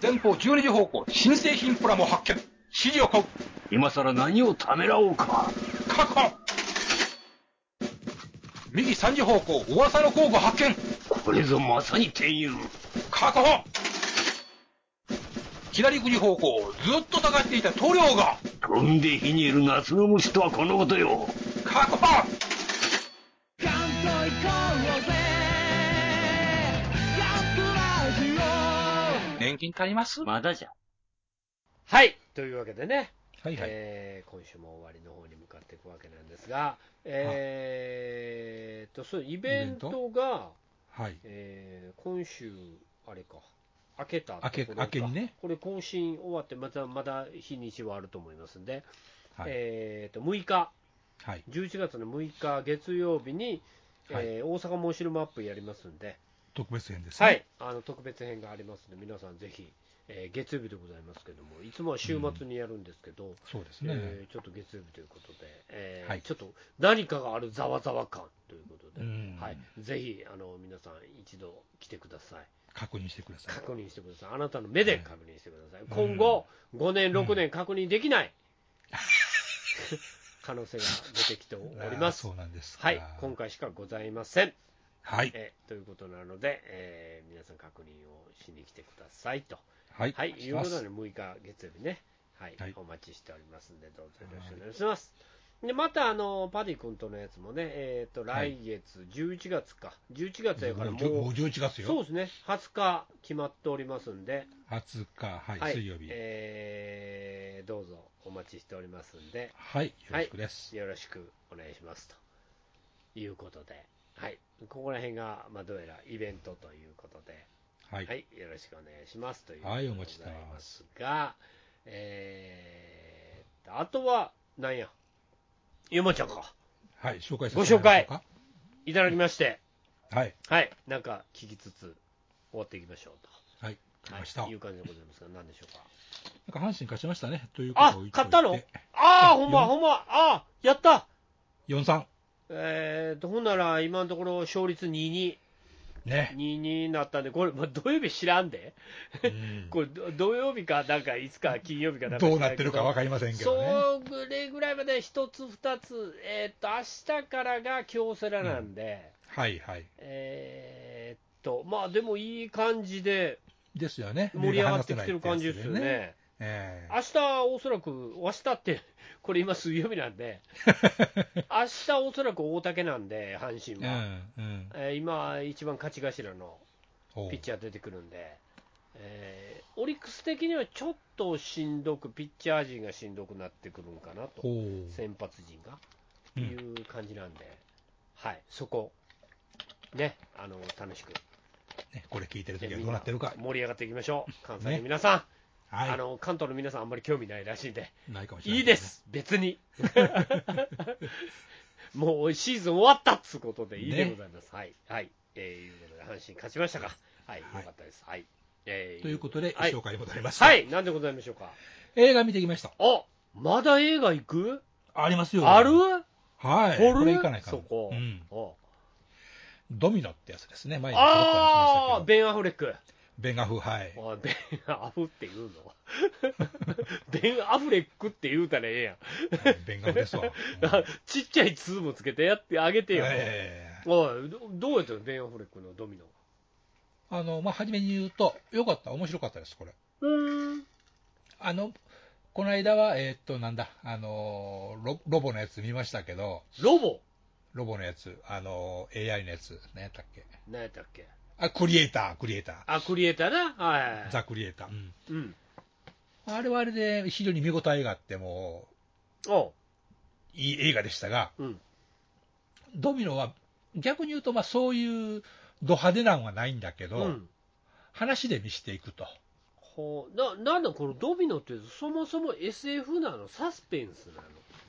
Speaker 4: 前方12時方向、
Speaker 3: 新製品プラモ発見。資料買う。
Speaker 4: 今さら何をためらおうか。
Speaker 3: 確保。右3時方向、噂の工具発見。
Speaker 4: これぞまさに天佑。
Speaker 3: 確保。
Speaker 4: 左9時方向をずっと探していた塗料が
Speaker 5: 飛んで火にいる夏の虫とはこのことよ。
Speaker 4: 確保年金足ります
Speaker 5: まだじゃ。
Speaker 2: はい。というわけでね、
Speaker 3: はいはい。
Speaker 2: えー今週も終わりの方に向かっていくわけなんですが、えーっと、そう、イベントが、
Speaker 3: はい。
Speaker 2: えー今週、あれか、明けたところ
Speaker 3: 明け
Speaker 2: か
Speaker 3: 明けにね。
Speaker 2: これ、更新終わって、またまだ日にちはあると思いますんで、
Speaker 3: はい。
Speaker 2: えーっと、6日、
Speaker 3: はい。
Speaker 2: 11月の6日月曜日に、
Speaker 3: はい
Speaker 2: えー大阪モンシルマップやりますんで、
Speaker 3: 特別編ですね。
Speaker 2: はい、あの特別編がありますので、皆さんぜひ、えー月曜日でございますけども、いつもは週末にやるんですけど、
Speaker 3: そうですね。
Speaker 2: えーちょっと月曜日ということで、えー
Speaker 3: はい
Speaker 2: ちょっと何かがあるざわざわ感ということ
Speaker 3: う
Speaker 2: で、
Speaker 3: ん。
Speaker 2: はい、ぜひあの皆さん、一度来てください、
Speaker 3: 確認してください。
Speaker 2: 確認してください、あなたの目で確認してください、今後、5年、6年確認でき ない、可能性が出てきておりま
Speaker 3: あー
Speaker 2: す。
Speaker 3: そうなんですか。
Speaker 2: はい、今回しかございません。
Speaker 3: はい。
Speaker 2: えということなので、えー皆さん確認をしに来てくださいと。
Speaker 3: はい。
Speaker 2: はい、
Speaker 3: し
Speaker 2: いう
Speaker 3: ま
Speaker 2: こ
Speaker 3: す
Speaker 2: とで6日月曜日ね、はい、
Speaker 3: はい
Speaker 2: お待ちしておりますんで、どうぞよろしくお願いします。で、また、あの、パディ君とのやつもね、えっ、と、
Speaker 3: は
Speaker 2: 来
Speaker 3: い
Speaker 2: 月、11月か、11月やからも
Speaker 3: もうじゅもう
Speaker 2: う、
Speaker 3: 11月
Speaker 2: そう
Speaker 3: よ。
Speaker 2: ですね、20日決まっておりますんで、
Speaker 3: 20日、はい、水曜日。
Speaker 2: えーどうぞお待ちしておりますんで、
Speaker 3: はい。よろしくです。
Speaker 2: よろしくお願いしますということで、はい、ここら辺が、まあ、どうやらイベントということで、
Speaker 3: は。
Speaker 2: はいい、よろしくお願いしますということ
Speaker 3: は
Speaker 2: で
Speaker 3: い
Speaker 2: ご
Speaker 3: お
Speaker 2: ざい
Speaker 3: 待ちして
Speaker 2: ま
Speaker 3: ます
Speaker 2: が、えーっとあとは、なんや、ゆまちゃんか、
Speaker 3: はい。紹介させて
Speaker 2: ご紹介
Speaker 3: もらいましょ
Speaker 2: いただきまして、
Speaker 3: うかはい。
Speaker 2: はい、なんか聞きつつ、終わっていきましょう
Speaker 3: はい。
Speaker 2: と、
Speaker 3: 来
Speaker 2: はい、
Speaker 3: ました。ない
Speaker 2: うん感じでございますが、なんでしょうか。
Speaker 3: か阪神勝ちましたね。ということを
Speaker 2: あ
Speaker 3: 言ておいて
Speaker 2: 買ったのああ、
Speaker 3: え
Speaker 2: ほんま、
Speaker 3: よん
Speaker 2: ほんま、ああー、やった、
Speaker 3: ?43。
Speaker 2: えーっと、ほんなら、今のところ、勝率2-2。
Speaker 3: ね。
Speaker 2: 2になったんで、これ、まあ、土曜日知らんで、
Speaker 3: うん
Speaker 2: これ、ど土曜日か、なんか、いつか、金曜日かなんか知らんけ、
Speaker 3: どうなってるかわかりませんけどね。
Speaker 2: そうぐれぐらいまで、1つ、2つ、えーっと明日からが京セラなんで、
Speaker 3: はいはい。
Speaker 2: えーっと、まあでもいい感じで、
Speaker 3: ですよね。
Speaker 2: 盛り上がってきてる感じですよ
Speaker 3: 目が離せないって
Speaker 2: ね。
Speaker 3: やつで。え
Speaker 2: 明日おそらく、明日って、 これ今、水曜日なん で、明日おそらく大竹なんで、阪神
Speaker 3: え
Speaker 2: は。
Speaker 3: うんうん
Speaker 2: えー今、一番勝ち頭の
Speaker 3: おう
Speaker 2: ピッチャー出てくるんで、えーオリックス的にはちょっとしんどく、ピッチャー陣がしんどくなってくるんかなと、
Speaker 3: おう
Speaker 2: 先発陣が、
Speaker 3: うん
Speaker 2: いう感じなんで、はい、そこ、ね、あの楽しく、
Speaker 3: ねこれ聞いてる
Speaker 2: ね
Speaker 3: 時は
Speaker 2: みん
Speaker 3: どう
Speaker 2: な
Speaker 3: なってるか。
Speaker 2: 盛り上がっていきましょう、関西
Speaker 3: ね
Speaker 2: の皆さん、
Speaker 3: はい。
Speaker 2: あの関東の皆さん、あんまり興味ないらしいんで、
Speaker 3: ないかもしれない
Speaker 2: いいです、別 に。もうシーズン終わったっつうことでいいでございます。はい。はい。えー、いうことで、阪神勝ちましたか。はい。よ
Speaker 3: はい
Speaker 2: かったです。はい。えー
Speaker 3: ということで、
Speaker 2: はい
Speaker 3: 紹。介に戻りました。
Speaker 2: はい。なんでございましょうか。
Speaker 3: 映画見てきました。
Speaker 2: あまだ映画行く
Speaker 3: ありますよ。
Speaker 2: ある
Speaker 3: はい。
Speaker 2: 掘る
Speaker 3: これいかないか
Speaker 2: そ
Speaker 3: な
Speaker 2: こ。
Speaker 3: うん
Speaker 2: お
Speaker 3: ドミノってやつですね。前にちょろっと話し
Speaker 2: あ
Speaker 3: ま
Speaker 2: あ
Speaker 3: したけど。
Speaker 2: ベン・アフレック。
Speaker 3: ベンガフ、はい。
Speaker 2: あベン・アフって言うの ベン・アフレックって言うたらええやん。
Speaker 3: ベンガフですわ。
Speaker 2: あちっちゃい2もつけてやってあげてよ。
Speaker 3: ええ
Speaker 2: おいどどうやったのベン・アフレックのドミノ
Speaker 3: あの、まあ、初めに言うと、よかった、面白かったです、これ。あの、この間は、えーっと、なんだ、あのロ、ロボのやつ見ましたけど、
Speaker 2: ロボ
Speaker 3: ロボのやつ、あの、AI のやつ、何やったっけ。
Speaker 2: 何やったっけ
Speaker 3: あ、クリエイター、クリエイタ
Speaker 2: あクリエイターなはいはいは
Speaker 3: ー。
Speaker 2: い
Speaker 3: ザ・クリエイター。うん
Speaker 2: うん
Speaker 3: あれはあれで、非常に見応えがあって、も
Speaker 2: おう
Speaker 3: う、いい映画でしたが、
Speaker 2: うん
Speaker 3: ドミノは、逆に言うと、まあ、そういう、ド派手なんはないんだけど、
Speaker 2: うん
Speaker 3: 話で見していくと。
Speaker 2: ほうななんだこのドミノってそもそも SF なのサスペンス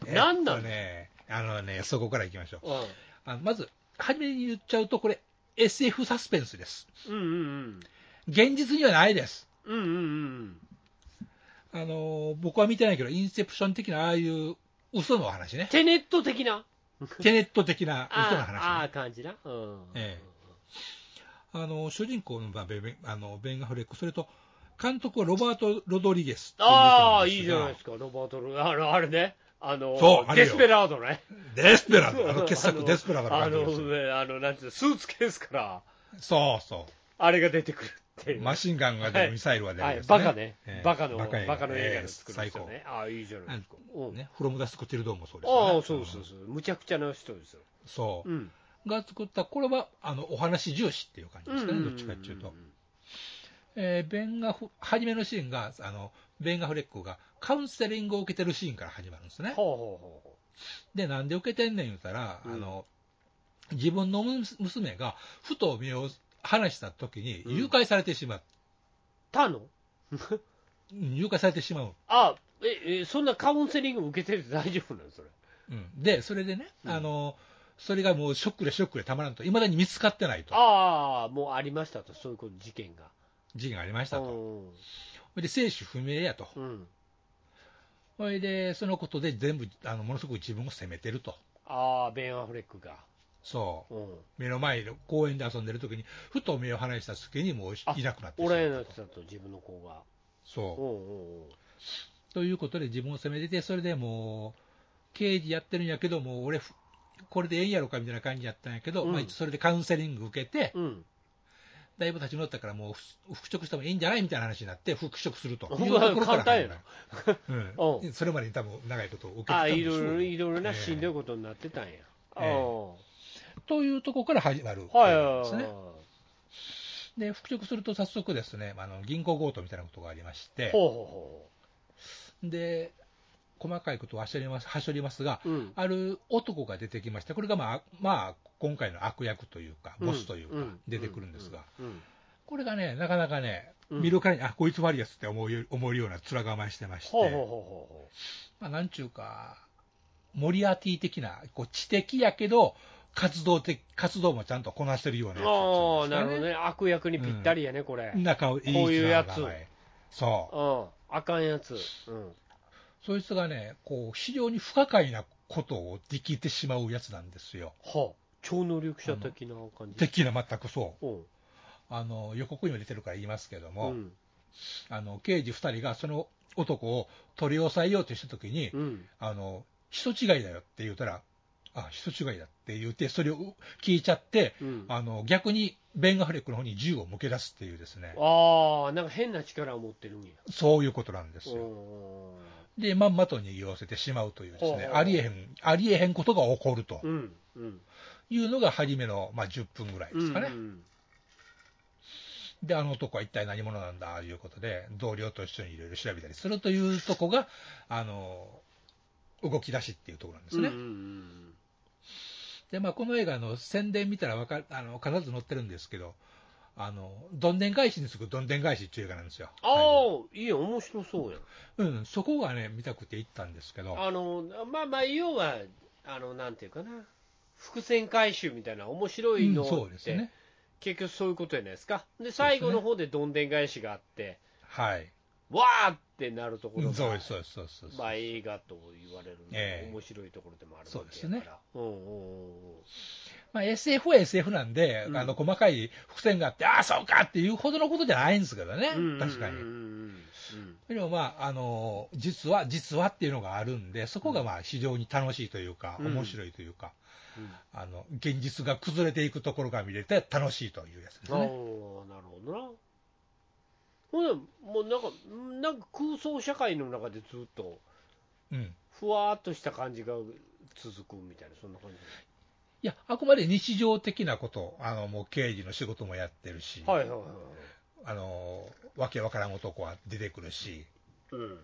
Speaker 3: え
Speaker 2: な
Speaker 3: っと
Speaker 2: のなんなの、
Speaker 3: ね、あのね、そこから行きましょう。
Speaker 2: うん
Speaker 3: あのまず、初めに言っちゃうと、これ、SF サスペンスです。
Speaker 2: うんうん
Speaker 3: 現実にはないです。
Speaker 2: うんうんうん
Speaker 3: あのー僕は見てないけど、インセプション的な、ああいう嘘のお話 ね。
Speaker 2: テネット的な
Speaker 3: テネット的な嘘
Speaker 2: あ
Speaker 3: の
Speaker 2: ああ
Speaker 3: 話、
Speaker 2: あ
Speaker 3: ね。
Speaker 2: 感じなうん
Speaker 3: ええあのー主人公のまあベベあのベン・ガフレック、それと、監督はロバート・ロドリゲスっていう人
Speaker 2: ああ
Speaker 3: なんですが。
Speaker 2: いいじゃないですかロバートルあのあれねあの
Speaker 3: そうあれ
Speaker 2: デ
Speaker 3: よ
Speaker 2: スペラードね
Speaker 3: デスペラード。あの傑
Speaker 2: あ
Speaker 3: 作、
Speaker 2: の
Speaker 3: デスペラードの
Speaker 2: あ
Speaker 3: 監督です
Speaker 2: のあのなんていうのスーツケースから
Speaker 3: そうそ
Speaker 2: あれが出てくるっっていう。
Speaker 3: マシンガンが出るミサイルは出る
Speaker 2: は
Speaker 3: ん
Speaker 2: い
Speaker 3: で、す
Speaker 2: バカね
Speaker 3: ええ。
Speaker 2: バカの、
Speaker 3: バカ映画
Speaker 2: バカの映画の作る人
Speaker 3: え
Speaker 2: ね。ああ、いいじゃないですか。
Speaker 3: 最
Speaker 2: う
Speaker 3: 高。
Speaker 2: ん
Speaker 3: ね、フロムダスクティルドーンもそうですよね。
Speaker 2: ああ、そうそうそう。むちゃくちゃな人ですよ。
Speaker 3: うんそう、
Speaker 2: うん。
Speaker 3: が作った、これは、あの、お話重視っていう感じですかね、
Speaker 2: うん
Speaker 3: どっちかっていうと。えーベンガフ、初めのシーンが、あの、ベンガフレックがカウンセリングを受けてるシーンから始まるんですね。
Speaker 2: ほうほうほうほ
Speaker 3: で、なんで受けてんねん言うたら、
Speaker 2: うん
Speaker 3: あの、自分のむ娘が、ふと目を離した時に、
Speaker 2: うん
Speaker 3: 誘拐されてしまう、
Speaker 2: う。他の
Speaker 3: うん誘拐されてしまう。
Speaker 2: あえ、え、そんなカウンセリング受けてて大丈夫なのそれ。
Speaker 3: うんで、それでね、
Speaker 2: うん
Speaker 3: あの、それがもうショックでショックでたまらんと、いまだに見つかってないと、
Speaker 2: ああ、もうありましたと、そういうこと、事件が。
Speaker 3: 事件がありました
Speaker 2: う
Speaker 3: と。
Speaker 2: ん
Speaker 3: ほいで、生死不明やと。
Speaker 2: うん。
Speaker 3: ほいで、そのことで全部、あの、ものすごく自分を責めてると。
Speaker 2: ああ、ベン・アフレックが。
Speaker 3: そう。
Speaker 2: うん。
Speaker 3: 目の前の公園で遊んでる時に、ふと目を離した時にもう
Speaker 2: あ
Speaker 3: いなくなって
Speaker 2: おらんように
Speaker 3: ま
Speaker 2: な
Speaker 3: う
Speaker 2: っ
Speaker 3: と
Speaker 2: てたと、自分の子が。うん
Speaker 3: そ
Speaker 2: うんうん。
Speaker 3: う。ということで自分を責めてて、それでもう、刑事やってるんやけど、もう俺、ふこれでええんやろかみたいな感じやったんやけど、
Speaker 2: うん
Speaker 3: まあそれでカウンセリング受けて、
Speaker 2: うん。
Speaker 3: だいぶ立ち直ったから、もうふ復職してもいいんじゃないみたいな話になって、復職するという
Speaker 2: う
Speaker 3: と
Speaker 2: わ
Speaker 3: ころか
Speaker 2: 簡
Speaker 3: ら
Speaker 2: 単や
Speaker 3: な
Speaker 2: な、
Speaker 3: うん
Speaker 2: う
Speaker 3: それまでに多分長いことを受けて
Speaker 2: あ
Speaker 3: た
Speaker 2: あ、
Speaker 3: んで
Speaker 2: い
Speaker 3: しょ
Speaker 2: ろ
Speaker 3: う
Speaker 2: いろ、いろいろ
Speaker 3: え
Speaker 2: な
Speaker 3: え
Speaker 2: しんどいことになってたんや。ああ
Speaker 3: ええというところから始まる映
Speaker 2: はい
Speaker 3: 画です
Speaker 2: はい
Speaker 3: ね。
Speaker 2: は
Speaker 3: で、復職すると早速ですね、あの銀行強盗みたいなことがありまして
Speaker 2: い。、ほうほ
Speaker 3: で、細かいことをはしょりますはしょりますが、
Speaker 2: うほう。うん。
Speaker 3: ある男が出てきまして、これがまあ、まあ、今回の悪役というか、ボスというか、
Speaker 2: ん
Speaker 3: 出てくるんですが、。
Speaker 2: うんうん
Speaker 3: これがね、なかなかね、
Speaker 2: うん
Speaker 3: 見るからに、あ、こいつ悪いやつって思うよ思えるような面構えしてまして、
Speaker 2: ほうほうほうほうほう。
Speaker 3: まあ、なんちゅうか、モリアーティ的な、こう知的やけど、活動的、活動もちゃんとこなしてるようなやつ
Speaker 2: ああ、
Speaker 3: な
Speaker 2: なんるほど
Speaker 3: ですかね。
Speaker 2: ね。悪役にぴったりやね、これ。うん。
Speaker 3: 仲いい
Speaker 2: こういうやつ
Speaker 3: 面構えそう。
Speaker 2: あかんやつ。うん。
Speaker 3: そいつがね、こう、非常に不可解なことをできてしまうやつなんですよ。
Speaker 2: はあ。超能力者的な感じ。
Speaker 3: 的な全くそう。
Speaker 2: うん。
Speaker 3: あの、予告にも出てるから言いますけど
Speaker 2: う
Speaker 3: も、
Speaker 2: ん。
Speaker 3: あの、刑事二人がその男を取り押さえようとしたときに、
Speaker 2: うん。
Speaker 3: あの、人違いだよって言うたら、あ、人違いだって言って、それを聞いちゃって、
Speaker 2: うん
Speaker 3: あの、逆にベンガフレックの方に銃を向け出すっていうですね、
Speaker 2: ああ、なんか変な力を持ってるんや。
Speaker 3: そういうことなんです
Speaker 2: うん
Speaker 3: よ。で、まんまと逃げ寄せてしまうというですね、
Speaker 2: ほう
Speaker 3: ありえへん、ありえへんことが起こると
Speaker 2: うん。うん。
Speaker 3: いうのが初めの、まあ、10分ぐらいですかね。
Speaker 2: うん
Speaker 3: で、あの男は一体何者なんだということで、同僚と一緒にいろいろ調べたりするというとこが、あの、動き出しっていうところなんですね。
Speaker 2: うんうん
Speaker 3: で、まあ、この映画の宣伝見たらわかる、あの、必ず載ってるんですけど、あの、どんでん返しに次ぐどんでん返しっていう映画なんですよ。
Speaker 2: あ
Speaker 3: は
Speaker 2: あ、いいや、面白そうやん。
Speaker 3: いうん、そこがね、見たくて行ったんですけど、
Speaker 2: あの、まあまあ、要は、あの、なんていうかな。伏線回収みたいな面白い
Speaker 3: うん
Speaker 2: のって、
Speaker 3: そうですね。
Speaker 2: 結局そういうことじゃないですか。で、最後の方でどんでん返しがあって、
Speaker 3: はい。
Speaker 2: わーってなるとこ
Speaker 3: う
Speaker 2: ろ
Speaker 3: ん
Speaker 2: が、
Speaker 3: そうです、そうです、そうですそうです。
Speaker 2: まあ、映画と言われる、
Speaker 3: ええ
Speaker 2: 面白いところでもあるわけやから
Speaker 3: そうですね
Speaker 2: うんうんうんうん
Speaker 3: まあ、SF は SF なんで、
Speaker 2: うん
Speaker 3: あの、細かい伏線があって、ああ、そうかっていうほどのことじゃないんですけどね、
Speaker 2: うんうんうんうん
Speaker 3: 確かに。
Speaker 2: うん
Speaker 3: でもまあ、あの、実は、実はっていうのがあるんで、そこがまあ非常に楽しいというか、
Speaker 2: うん
Speaker 3: 面白いというか、
Speaker 2: うん
Speaker 3: あの、現実が崩れていくところが見れて楽しいというやつです
Speaker 2: ああ、なる
Speaker 3: ね。
Speaker 2: ほどな。ほんで、もうなんか、なんか空想社会の中でずっと、
Speaker 3: うん。
Speaker 2: ふわーっとした感じが続くみたいな、そんな感じ。
Speaker 3: いや、あくまで日常的なこと、あの、もう刑事の仕事もやってるし、
Speaker 2: はいはいはい。
Speaker 3: あの、わけわからん男は出てくるし、
Speaker 2: うん。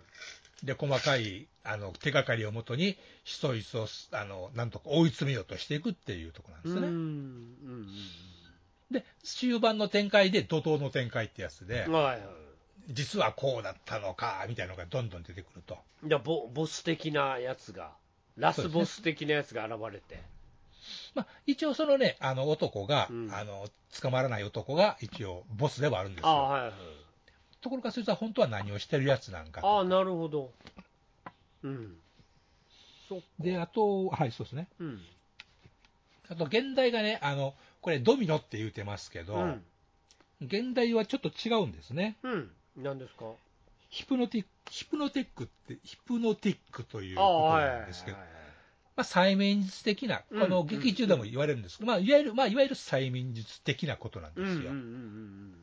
Speaker 3: で、細かい、あの、手がかりをもとに、ひそひそ、あの、なんとか追い詰めようとしていくっていうところなんで
Speaker 2: う
Speaker 3: す
Speaker 2: ん。
Speaker 3: ね。
Speaker 2: うん
Speaker 3: で、終盤の展開で怒涛の展開ってやつで、
Speaker 2: うん。はいはい。
Speaker 3: 実はこうだったのかみたいなのがどんどん出てくると、
Speaker 2: じゃあボ、ボス的なやつが、ラスボス的なやつが現れて。
Speaker 3: まあ、一応、そのねあの男が、
Speaker 2: うん
Speaker 3: あの捕まらない男が一応、ボスではあるんです
Speaker 2: ああ、
Speaker 3: よ。
Speaker 2: はいはい。
Speaker 3: ところが、そいつは本当は何をしてるやつなんか
Speaker 2: あ
Speaker 3: と
Speaker 2: あ、なるほど。うん。そっか。
Speaker 3: で、あと、はい、そうですね、
Speaker 2: うん。
Speaker 3: あと現代がね、あのこれ、ドミノって言うてますけど、
Speaker 2: うん。
Speaker 3: 現代はちょっと違うんですね、
Speaker 2: うん。何ですか
Speaker 3: ヒプノティックヒプノティックって、ヒプノティックという
Speaker 2: ああ、
Speaker 3: こと
Speaker 2: はいはい
Speaker 3: な
Speaker 2: は
Speaker 3: ん
Speaker 2: い
Speaker 3: ですけど、まあ、催眠術的な、
Speaker 2: うん
Speaker 3: あの
Speaker 2: うん
Speaker 3: 劇中でも言われるんですけど、まあいわゆるまあ、いわゆる催眠術的なことなんで
Speaker 2: うんうんうん
Speaker 3: す
Speaker 2: うん
Speaker 3: よ。
Speaker 2: うん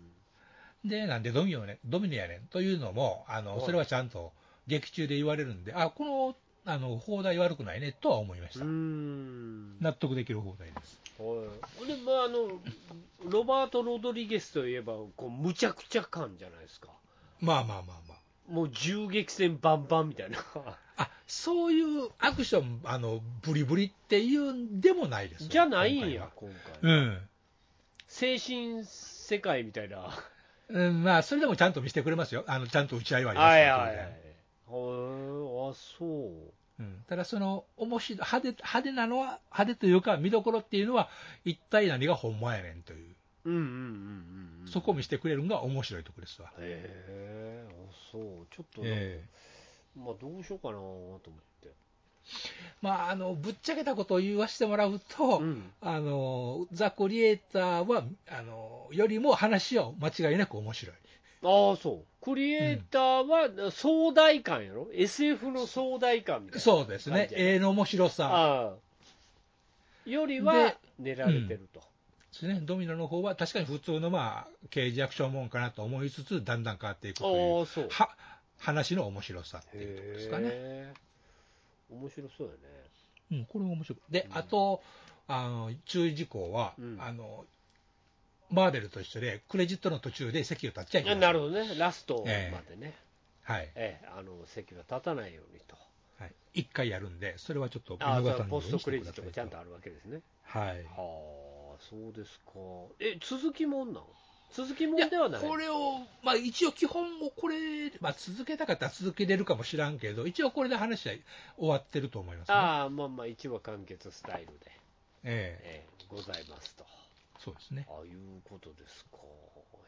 Speaker 3: で、なんでドミノね、ドミノやねんというのも、あ
Speaker 2: は
Speaker 3: の、
Speaker 2: い
Speaker 3: それはちゃんと劇中で言われるんで、あ、この、あの、放題悪くないね、とは思いまし
Speaker 2: う
Speaker 3: た
Speaker 2: ー。ん。
Speaker 3: 納得できる放題です。
Speaker 2: はい。で、まあ、あの、ロバート・ロドリゲスといえば、こう、むちゃくちゃ感じゃないですか。
Speaker 3: まあまあまあまあ。
Speaker 2: もう銃撃戦バンバンみ たいな。
Speaker 3: あ、そういうアクション、あの、ブリブリっていうんでもないですよ。
Speaker 2: じゃないんや
Speaker 3: 今、
Speaker 2: 今回。
Speaker 3: 回は。
Speaker 2: 精神世界みたいな。は
Speaker 3: うん。うん、まあ、それでもちゃんと見せてくれますよ。あの、ちゃんと打ち合いはあ
Speaker 2: い
Speaker 3: ります
Speaker 2: は
Speaker 3: よ
Speaker 2: いはい。
Speaker 3: 当
Speaker 2: へ
Speaker 3: 然
Speaker 2: ーあ、そう。
Speaker 3: うん、ただその面白い派手派手なのは派手というか見どころっていうのは一体何がほんまやねんという、
Speaker 2: うんうんうんうんうん。
Speaker 3: そこを見せてくれるのが面白いところですわ、
Speaker 2: へえ、あそう。ちょっと、
Speaker 3: え
Speaker 2: まあ、どうしようかなと思って。
Speaker 3: えまああのぶっちゃけたことを言わせてもらうと、
Speaker 2: うん。
Speaker 3: あのザ・クリエイターはあのよりも話は間違いなく面白い
Speaker 2: ああ、そう。クリエイターは壮大感やろ ?SF の壮大感みたいな。
Speaker 3: そうです
Speaker 2: 感
Speaker 3: ね
Speaker 2: じや
Speaker 3: 絵の面白さ
Speaker 2: ああよりは寝られてると。
Speaker 3: です、ね、ドミノの方は確かに普通の、まあ、刑事アクションもんかなと思いつつだんだん変わっていくと
Speaker 2: あ
Speaker 3: いう
Speaker 2: あ、そう。
Speaker 3: は話の面白さっていうところですかね
Speaker 2: へえ。面白そうだね。
Speaker 3: うん、これも面白い。で、
Speaker 2: うん
Speaker 3: あと、あの、注意事項は、
Speaker 2: うん
Speaker 3: あの、マーベルと一緒で、クレジットの途中で席を立っちゃいけ
Speaker 2: あ
Speaker 3: い。
Speaker 2: なるほどね。ラストまでね。
Speaker 3: はい。
Speaker 2: ええ、あの、席は立たないようにと。
Speaker 3: はい。一回やるんで、それはちょっと見
Speaker 2: ああ、
Speaker 3: 逃
Speaker 2: そ
Speaker 3: さな
Speaker 2: う
Speaker 3: いよ
Speaker 2: ポ
Speaker 3: う
Speaker 2: スト
Speaker 3: にし
Speaker 2: ク
Speaker 3: て
Speaker 2: レ
Speaker 3: く
Speaker 2: ジッ
Speaker 3: ださ
Speaker 2: ト
Speaker 3: い
Speaker 2: もちゃんとあるわけですね。
Speaker 3: はい。
Speaker 2: はあ、そうですか。え、続きもんなん続きも
Speaker 3: いや
Speaker 2: んではない。
Speaker 3: これを、まあ一応基本をこれ、まあ続けたかったら続けれるかもしらんけど、一応これで話は終わってると思いますね。
Speaker 2: ああ、まあまあ、一話完結スタイルで、え
Speaker 3: ええ
Speaker 2: え、ございますと。
Speaker 3: そうですね。
Speaker 2: ああいうことですか。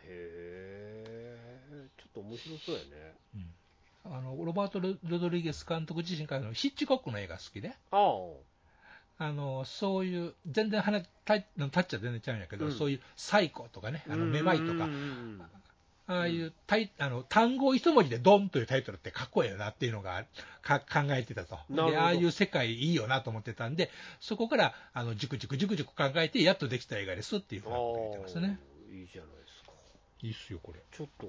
Speaker 2: へえ、ちょっと面白そうやね。
Speaker 3: うんあの、ロバート・ロロドリゲス監督自身からのヒッチコックの映画好きで、
Speaker 2: ああ、
Speaker 3: あのそういう、全然話たタッチは全然ちゃうんやけど、
Speaker 2: うん
Speaker 3: そういうサイコとかね、あのめまいとか
Speaker 2: うんう、んうん
Speaker 3: ああいうタイあの単語を一文字でドンというタイトルってかっこいいよなっていうのがか考えてたと
Speaker 2: なるほ
Speaker 3: で、
Speaker 2: ど
Speaker 3: ああいう世界いいよなと思ってたんで、そこからあのじくじくじくじく考えて、やっとできた映画ですっていうふうなこと言ってますね。
Speaker 2: ああいいじゃないですか。
Speaker 3: いいっすよ、これ。
Speaker 2: ちょっと、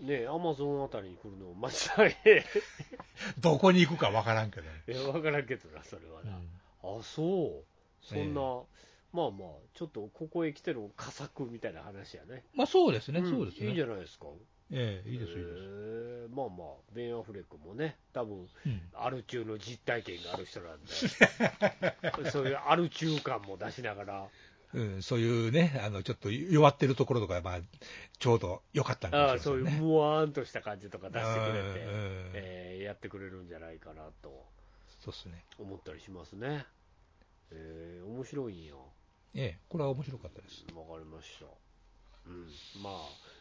Speaker 2: ねアマゾンあたりに来るのを待ちたい。 え
Speaker 3: どこに行くかわからんけどね。
Speaker 2: わからんけどな、それは
Speaker 3: う
Speaker 2: な。
Speaker 3: ん
Speaker 2: あ、そう。そんな、
Speaker 3: え
Speaker 2: まあまあ、ちょっとここへ来ての佳作みたいな話やね。
Speaker 3: まあそうですね、
Speaker 2: ん
Speaker 3: そうです
Speaker 2: いい
Speaker 3: ね。
Speaker 2: じゃないですか。
Speaker 3: ええいいです、いいです。
Speaker 2: へえまあまあ、ベン・アフレックもね、多分
Speaker 3: うん
Speaker 2: アル中の実体験がある人なんで、そういうアル中感も出しながら、
Speaker 3: うん、そういうね、あの、ちょっと弱ってるところとか、まあ、ちょうど良かったん
Speaker 2: ああ
Speaker 3: でし
Speaker 2: そ
Speaker 3: ょ
Speaker 2: う
Speaker 3: う
Speaker 2: いう
Speaker 3: ね。
Speaker 2: むわーんとした感じとか出してくれて
Speaker 3: うん、うん
Speaker 2: えーやってくれるんじゃないかなと
Speaker 3: そうですね。
Speaker 2: 思ったりしますね。えー面白いんよ。
Speaker 3: ええ、これは面白かったです。
Speaker 2: わかりました。うん、まあ、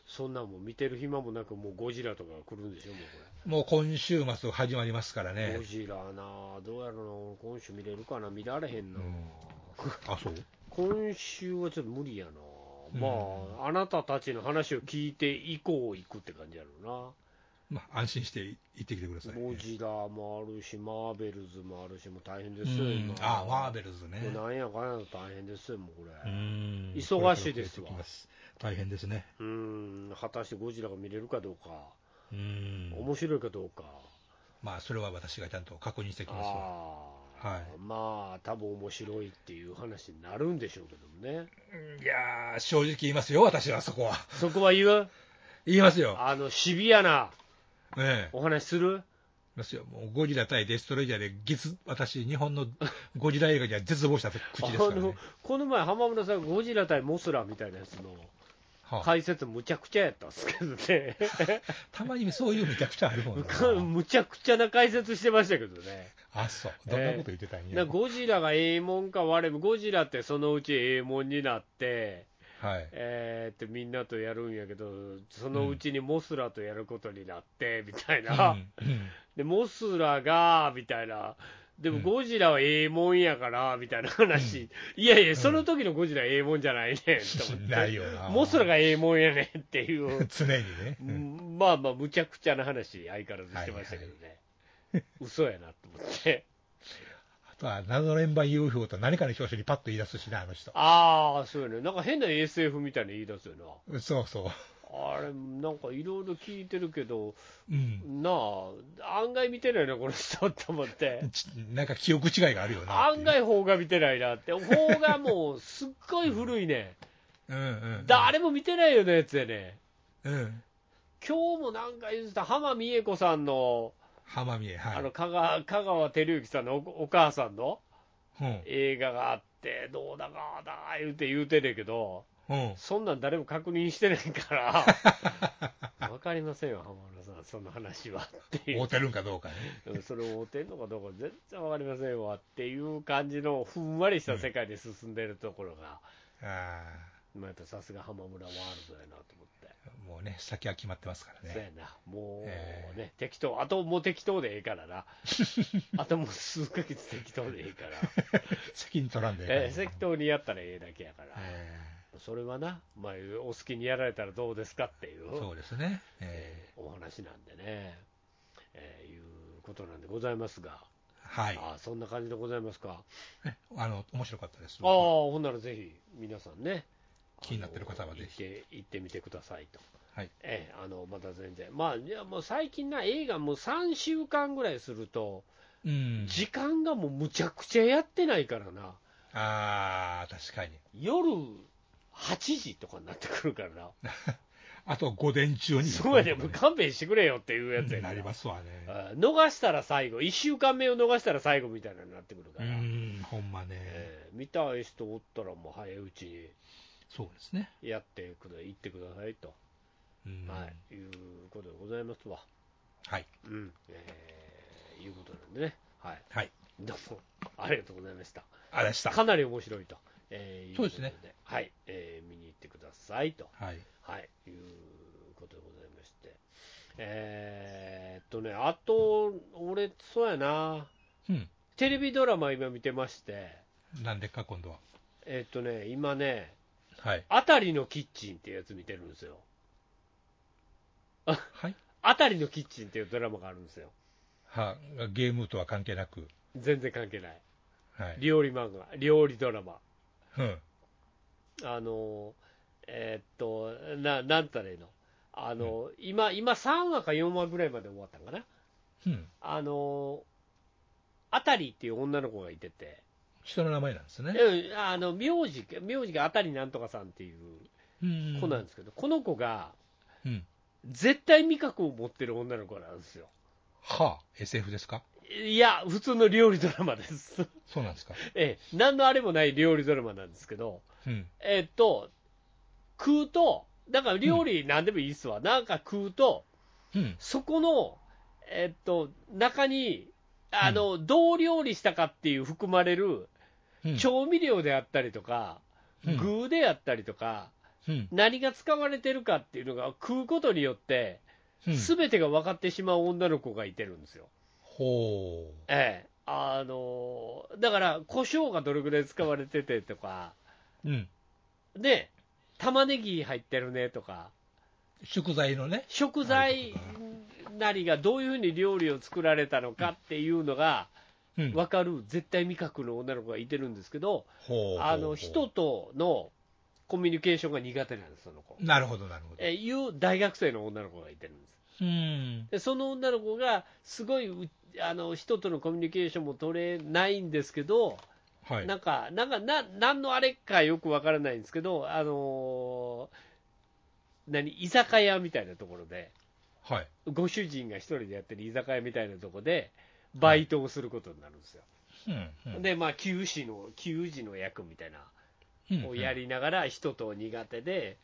Speaker 2: そんなんも見てる暇もなく、もうゴジラとか来るんでしょ、もうこれ。
Speaker 3: もう今週末始まりますからね
Speaker 2: ゴ。ジラなあ、どうやろうな、今週見れるかな、見られへんな、
Speaker 3: うんあ、そう
Speaker 2: 今週はちょっと無理やな、
Speaker 3: うん
Speaker 2: まあ、あなたたちの話を聞いて以降行くって感じやろ
Speaker 3: まあ、安心して行ってきてくださ
Speaker 2: う
Speaker 3: い、
Speaker 2: な、ゴジラもあるし、マーベルズもあるし、もう大変ですよ、
Speaker 3: うん
Speaker 2: 今、
Speaker 3: あ、マーベルズね。
Speaker 2: もうなんやかんやと大変ですよ、もうこれ、
Speaker 3: うん
Speaker 2: 忙しいですわ
Speaker 3: これから増えてきます大変ですね。
Speaker 2: うん、果たしてゴジラが見れるかどうか、
Speaker 3: うん。
Speaker 2: 面白いかどうか、
Speaker 3: まあ、それは私がちゃんと確認してきますわ。
Speaker 2: ああ、
Speaker 3: はい
Speaker 2: まあ、多分面白いっていう話になるんでしょうけどもね、
Speaker 3: いやー、正直言いますよ、私はそこは。
Speaker 2: そこは言う
Speaker 3: 言いますよ。
Speaker 2: あの、シビアな
Speaker 3: ええ。
Speaker 2: お話する
Speaker 3: ますよ。もうゴジラ対デストロイヤーで、ギツ、私、日本のゴジラ映画には絶望した口ですか
Speaker 2: あ
Speaker 3: らね
Speaker 2: の。この前、浜村さん、ゴジラ対モスラみたいなやつの
Speaker 3: はあ
Speaker 2: 解説、むちゃくちゃやったんですけどね、
Speaker 3: たまにそういうめちゃくちゃあるもんな。
Speaker 2: むちゃくちゃな解説してましたけどね、
Speaker 3: あ、そう。どんなこと言ってたんや。
Speaker 2: なんかゴジラがええもんか、我もゴジラってそのうちええもんになって、
Speaker 3: はい。
Speaker 2: えーってみんなとやるんやけど、そのうちにモスラとやることになって、みたいな、
Speaker 3: うんうん
Speaker 2: でモスラが、みたいな。でも
Speaker 3: うん
Speaker 2: ゴジラはええもんやから、みたいな話、いやいや、その時のゴジラええもんじゃないねん、と思って。
Speaker 3: ないよな。
Speaker 2: モスラがええもんやねんってい う、
Speaker 3: 常にね。うん
Speaker 2: まあまあ、むちゃくちゃな話、相変わらずしてましたけどね、嘘やなと思って、
Speaker 3: あとは、謎の連番 UFO と何かの表紙にパッと言い出すしな、あの人。
Speaker 2: ああ、そうやね、なんか変な SF みたいなの言い出すよな、
Speaker 3: そうそう。
Speaker 2: あれ、なんかいろいろ聞いてるけど、
Speaker 3: うん。
Speaker 2: なあ、案外見てないな、この人と思って。
Speaker 3: ちなんか記憶違いがあるよなって
Speaker 2: 案
Speaker 3: いう。
Speaker 2: 外邦画見てないなって。邦画もうすっごい古いね。
Speaker 3: うんうん。
Speaker 2: 誰も見てないようなやつやね。
Speaker 3: うん。
Speaker 2: 今日もなんか言ってた、浜美恵子さんの、
Speaker 3: 浜見え、はい。
Speaker 2: あの香川香川照之さんのおお母さんの
Speaker 3: うん。
Speaker 2: 映画があって、どうだかだ言うて言うてねんけど、
Speaker 3: うん。
Speaker 2: そんなん誰も確認してない から、わかりませんよ、浜村さん、その話はってい
Speaker 3: 合
Speaker 2: う
Speaker 3: う、てるんかどうかね。
Speaker 2: うんそれを追ってんのかどうか全然わかりませんわっていう感じの、ふんわりした世界で進んでるところが、
Speaker 3: あ
Speaker 2: まあやっぱさすが浜村ワールドやなと思って。
Speaker 3: あ、もうね、先は決まってますから
Speaker 2: そう
Speaker 3: ね。
Speaker 2: やな、もう
Speaker 3: え
Speaker 2: ね、適当、あともう適当でええから な、あともう数ヶ月適当でええから、
Speaker 3: 先に取らんでえ
Speaker 2: え
Speaker 3: え
Speaker 2: ー
Speaker 3: から
Speaker 2: 適当にやったらええだけやから、
Speaker 3: え
Speaker 2: それはな、まあ、お好きにやられたらどうですかってい
Speaker 3: えそううですね。ええ
Speaker 2: お話なんでね、えーいうことなんでございますが、
Speaker 3: はい。
Speaker 2: あーそんな感じでございますか、
Speaker 3: あの、面白かったです。
Speaker 2: ああほんならぜひ皆さんね、
Speaker 3: 気になってる方はぜひ
Speaker 2: あの行って行ってみてくださいと。
Speaker 3: はい。
Speaker 2: ええ、あのまた全然、まあ、いやもう最近な、映画もう3週間ぐらいすると、
Speaker 3: うん。
Speaker 2: 時間がもうむちゃくちゃやってないからな、
Speaker 3: ああ、確かに。
Speaker 2: 夜8時とかになってくるからな、
Speaker 3: あと、午前中に。
Speaker 2: そうやね、もう
Speaker 3: か
Speaker 2: 勘弁してくれよっていうやつやか
Speaker 3: な
Speaker 2: ら
Speaker 3: りますわね。
Speaker 2: あ逃したら最後、1週間目を逃したら最後みたいなのになってくる
Speaker 3: う
Speaker 2: から、
Speaker 3: ん、ほんまね。
Speaker 2: ええ見たい人おったら、もう早いうち
Speaker 3: そうですね。
Speaker 2: にやってくだ行ってくださいと、
Speaker 3: うん
Speaker 2: はい、いうことでございますわ。
Speaker 3: はい。
Speaker 2: うんえーいうことなんでね、はい、
Speaker 3: はい。
Speaker 2: どうもありがとうございました。
Speaker 3: あれした。
Speaker 2: かなり面白いと、えいこと
Speaker 3: そうです
Speaker 2: はい、えー見に行ってくださいと、
Speaker 3: はい。
Speaker 2: はい、いうことでございまして、えーっとね、あと、俺、そうやな、
Speaker 3: うん。
Speaker 2: テレビドラマ、今見てまして、
Speaker 3: なんでか、今度は。
Speaker 2: えーっとね、今ね、
Speaker 3: はい。
Speaker 2: あたりのキッチンっていうやつ見てるんですよ、
Speaker 3: はい。
Speaker 2: あたりのキッチンっていうドラマがあるんですよ、
Speaker 3: は、ゲームとは関係なく。
Speaker 2: 全然関係ない、
Speaker 3: はい。
Speaker 2: 料理漫画、料理ドラマ。
Speaker 3: うん。
Speaker 2: あのえーっとな、なんたらいいの、あの今、今3話か4話ぐらいまで終わったんかな、
Speaker 3: うん。
Speaker 2: あのあたりっていう女の子がいてて、
Speaker 3: 人の名前なんですね。
Speaker 2: うんあの名字名字があたりなんとかさんっていう
Speaker 3: うん
Speaker 2: 子なんですけど、この子が
Speaker 3: うん。
Speaker 2: 絶対味覚を持ってる女の子なんですよ。
Speaker 3: はあ、SF ですか
Speaker 2: いや、普通の料理ドラマです。
Speaker 3: そうなんですか。
Speaker 2: ええ、何のあれもない料理ドラマなんですけど、
Speaker 3: うん。
Speaker 2: えーっと、食うと、だから料理なんでもいいっすわ、なんか食うと、
Speaker 3: うん。
Speaker 2: そこの、えっと、中に、あの、どう料理したかっていう含まれる
Speaker 3: うん
Speaker 2: 調味料であったりとか、
Speaker 3: うん
Speaker 2: 具であったりとか、
Speaker 3: うん。
Speaker 2: 何が使われてるかっていうのが食うことによって、
Speaker 3: うん
Speaker 2: すべてが分かってしまう女の子がいてるんですよ。
Speaker 3: ほう。
Speaker 2: ええ。あの、だから、胡椒がどれぐらい使われててとか、
Speaker 3: うん。
Speaker 2: で、玉ねぎ入ってるねとか、
Speaker 3: 食材のね。
Speaker 2: 食材なりがどういうふうに料理を作られたのかっていうのが、
Speaker 3: うん
Speaker 2: 分かる絶対味覚の女の子がいてるんですけど、
Speaker 3: ほう。
Speaker 2: あの人とのコミュニケーションが苦手なんです、その子。
Speaker 3: なるほど、なるほど。
Speaker 2: えいう大学生の女の子がいてるんです。
Speaker 3: うん。
Speaker 2: でその女の子が、すごいうあの人とのコミュニケーションも取れないんですけど、
Speaker 3: はい。
Speaker 2: なんか、なんかななんのあれかよくわからないんですけど、あのー何居酒屋みたいなところで、
Speaker 3: はい。
Speaker 2: ご主人が一人でやってる居酒屋みたいなところで、バイトをすることになるんですよ。
Speaker 3: うんうん
Speaker 2: で、まあ、給仕の、給仕の役みたいな、
Speaker 3: うん
Speaker 2: をやりながら、人と苦手で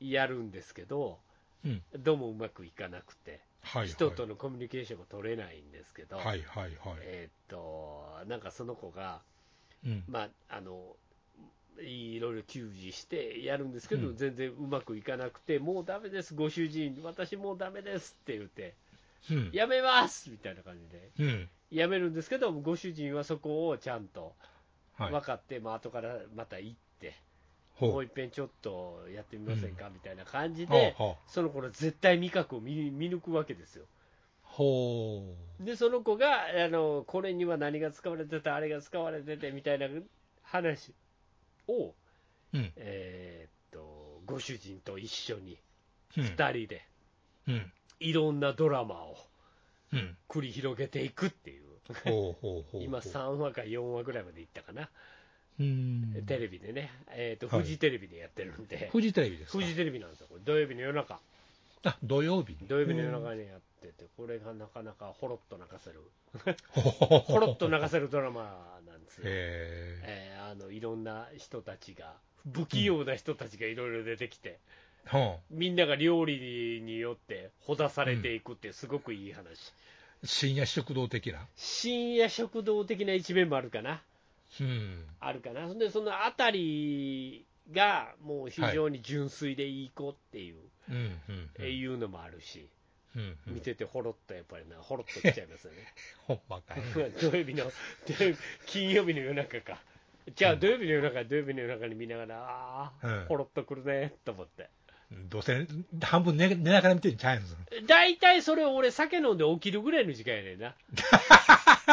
Speaker 2: やるんですけど、
Speaker 3: うん
Speaker 2: どうもうまくいかなくて、
Speaker 3: はいはい
Speaker 2: 人とのコミュニケーションが取れないんですけど、
Speaker 3: はいはいはい。
Speaker 2: えーっと、なんかその子が、
Speaker 3: うん。
Speaker 2: まあ、あの、いろいろ給仕してやるんですけど、
Speaker 3: うん
Speaker 2: 全然うまくいかなくて、もうダメです、ご主人、私もうダメですって言って、
Speaker 3: うん。
Speaker 2: やめますみたいな感じで、
Speaker 3: うん。
Speaker 2: やめるんですけど、ご主人はそこをちゃんと
Speaker 3: はい
Speaker 2: 分。かって、まあ後からまた行って、も
Speaker 3: ほ
Speaker 2: う
Speaker 3: う。
Speaker 2: 一遍ちょっとやってみませんか、みたいな感じ
Speaker 3: ほう
Speaker 2: で、
Speaker 3: ほう。
Speaker 2: その子の絶対味覚を見見抜くわけですよ。
Speaker 3: ほ
Speaker 2: で、その子があの、これには何が使われてて、あれが使われててみたいな話を、
Speaker 3: う。うん。
Speaker 2: えーっとご主人と一緒に
Speaker 3: うん
Speaker 2: 2人で
Speaker 3: うん。
Speaker 2: いろんなドラマを
Speaker 3: うん。
Speaker 2: 繰り広げていくっていう、
Speaker 3: ほうほうほう。
Speaker 2: 今、3話か4話ぐらいまでいったかな、
Speaker 3: うん。
Speaker 2: テレビでね、えーと
Speaker 3: はい
Speaker 2: フジテレビでやってるんで、
Speaker 3: フジテレビですか
Speaker 2: フジテレビなんですよ、これ土曜日の夜中、
Speaker 3: あ、土曜日に。
Speaker 2: 土曜日の夜中にやってて、これがなかなかほろっと泣か せる、
Speaker 3: ほほほほ
Speaker 2: ほろっと流せるドラマなんですよ、え
Speaker 3: へ
Speaker 2: ーあのいろんな人たちが、不器用な人たちがいろいろ出てきて、
Speaker 3: ーほ
Speaker 2: みんなが料理によってほだされていくって、すごくいい話、
Speaker 3: う深夜食堂的な。
Speaker 2: 深夜食堂的な一面もあるかな、
Speaker 3: うん。
Speaker 2: あるかな、でそのあたりがもう非常に純粋でいい子っていう、
Speaker 3: うん。うん。
Speaker 2: えいうのもあるし、
Speaker 3: うん。うん
Speaker 2: 見ててほろっとやっぱりな、ほろっと来ちゃいますよね。
Speaker 3: ほんまかい。
Speaker 2: 土曜日の土曜日金曜日の夜中か。じゃあ土曜日の夜中、土曜日の夜中に見ながら、あ
Speaker 3: うん
Speaker 2: あ、ほろっとくるねと思って。
Speaker 3: どうせ半分寝寝ながら見てんちゃうんです
Speaker 2: 大体それ俺酒飲んで起きるぐらいの時間やね んな。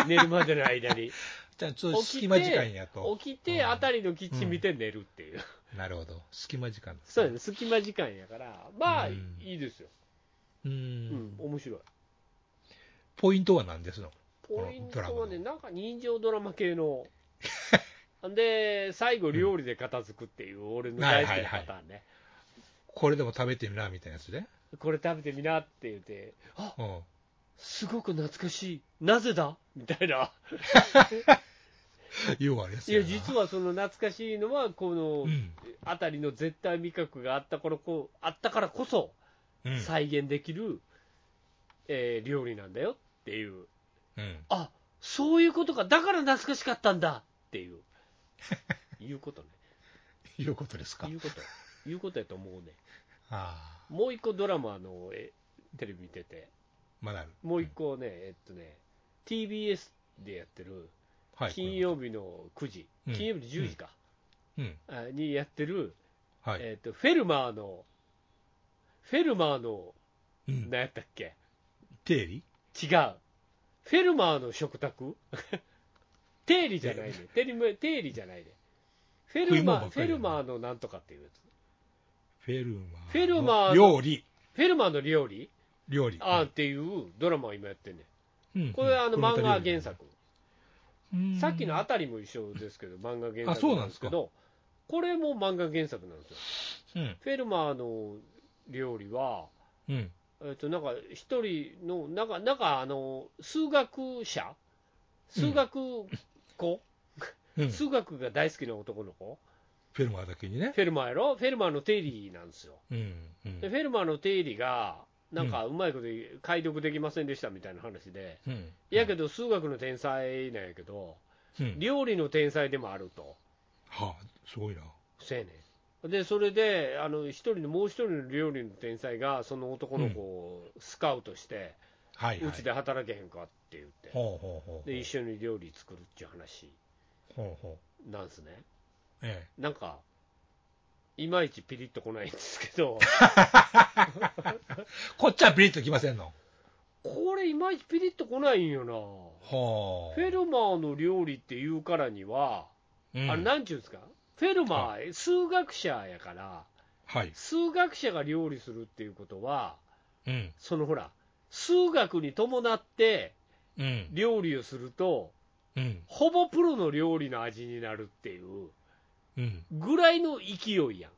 Speaker 2: 寝るまでの間に。
Speaker 3: じゃあ、ちょっと
Speaker 2: 起
Speaker 3: 隙
Speaker 2: き
Speaker 3: 間時間
Speaker 2: て
Speaker 3: やと。、
Speaker 2: 起きて、あたりのキッチン見て寝るっていう。
Speaker 3: なるほど。隙間時間です
Speaker 2: そう
Speaker 3: ね
Speaker 2: やね、隙間時間やから、まあ、
Speaker 3: う
Speaker 2: い
Speaker 3: ん
Speaker 2: いですよ。
Speaker 3: う
Speaker 2: うんん、。面白い。
Speaker 3: ポイントは何ですの
Speaker 2: ポイント
Speaker 3: このドラマ
Speaker 2: は
Speaker 3: の
Speaker 2: ね、なんか人情ドラマ系 の、で、最後、料理で片付くっていう、俺の大好きなパターンね、
Speaker 3: これでも食べてみな、みたいなやつで。
Speaker 2: これ食べてみなって言って、あ
Speaker 3: うん。
Speaker 2: すごく懐かしい、なぜだみたいな、
Speaker 3: 言うわ、やつ
Speaker 2: いや、実
Speaker 3: は。
Speaker 2: はその懐かしいのは、この
Speaker 3: うん。
Speaker 2: 辺りの絶対味覚があった頃こあったからこそ、
Speaker 3: うん。
Speaker 2: 再現できる、えー料理なんだよっていう、
Speaker 3: うん。
Speaker 2: あそういうことか、だから懐かしかったんだって いう、いうことね。
Speaker 3: いうことですか
Speaker 2: いう。こと、いうことやと思うね。
Speaker 3: ああ。
Speaker 2: もう一個ドラマのえテレビ見てて、
Speaker 3: まだある。
Speaker 2: もう一個ね、えっとね、TBS でやってる、
Speaker 3: はい。
Speaker 2: 金曜日の9時、
Speaker 3: うん
Speaker 2: 金曜日の10時か、
Speaker 3: うん。
Speaker 2: あにやってる、
Speaker 3: はい。
Speaker 2: えっと、フェルマーの、フェルマーの、
Speaker 3: うん。
Speaker 2: 何やったっけ、
Speaker 3: 定理
Speaker 2: 違う、フェルマーの食卓 定理じゃないね、定理定理じゃないね。フェルマ
Speaker 3: 食い物
Speaker 2: ー、
Speaker 3: ばっ
Speaker 2: フ
Speaker 3: か
Speaker 2: ェ
Speaker 3: りや
Speaker 2: ル
Speaker 3: な
Speaker 2: マーのなんとかっていうやつ。
Speaker 3: フェルマーの。
Speaker 2: フェルマーの
Speaker 3: 料理。
Speaker 2: フェルマーの料理
Speaker 3: 料理。
Speaker 2: あーっていうドラマを今やってんねん
Speaker 3: うん
Speaker 2: これはあの漫画原。作、
Speaker 3: うん
Speaker 2: さっきのあたりも一緒ですけど、漫画原
Speaker 3: あそ
Speaker 2: 作
Speaker 3: う
Speaker 2: な
Speaker 3: なん
Speaker 2: で
Speaker 3: んですす
Speaker 2: け
Speaker 3: か
Speaker 2: ど、これも漫画原作なんですよ。
Speaker 3: うん。
Speaker 2: フェルマーの料理は、
Speaker 3: うん。
Speaker 2: えっと、なんか一人の、なんか、なんかあの数学者、数学子、
Speaker 3: うん。フ
Speaker 2: 数学が大好きな男の子、
Speaker 3: ェルマーだけにね。
Speaker 2: フェルマーやろ、フェルマーの定理なんですよ。
Speaker 3: うん。う
Speaker 2: で
Speaker 3: ん。
Speaker 2: フェルマーの定理が、なんかうまいこと解読できませんでしたみたいな話で、
Speaker 3: うん。
Speaker 2: いやけど、数学の天才なんやけど、
Speaker 3: うん。
Speaker 2: 料理の天才でもあると、
Speaker 3: はあ、すごいな。
Speaker 2: せやねんでそれで、あの一人のもう一人の料理の天才が、その男の子をスカウトして、
Speaker 3: はいうはい。
Speaker 2: ちで働けへんかって言って、
Speaker 3: ほうほうほう。
Speaker 2: で一緒に料理作るっていう話
Speaker 3: ほうほ
Speaker 2: なんですね、
Speaker 3: う。え
Speaker 2: なんか、いまいちピリッとこないんですけ ど、
Speaker 3: え。こっちはピリッときませんの。
Speaker 2: これ、いまいちピリッとこないんよな、
Speaker 3: ほう。
Speaker 2: フェルマーの料理っていうからには、
Speaker 3: うん
Speaker 2: あれ、なんちゅうんですか、フェルマー、数学者やから、
Speaker 3: はい。
Speaker 2: 数学者が料理するっていうことは、
Speaker 3: うん。
Speaker 2: そのほら、数学に伴って
Speaker 3: うん。
Speaker 2: 料理をすると、
Speaker 3: うん。
Speaker 2: ほぼプロの料理の味になるっていう
Speaker 3: うん。
Speaker 2: ぐらいの勢いやん。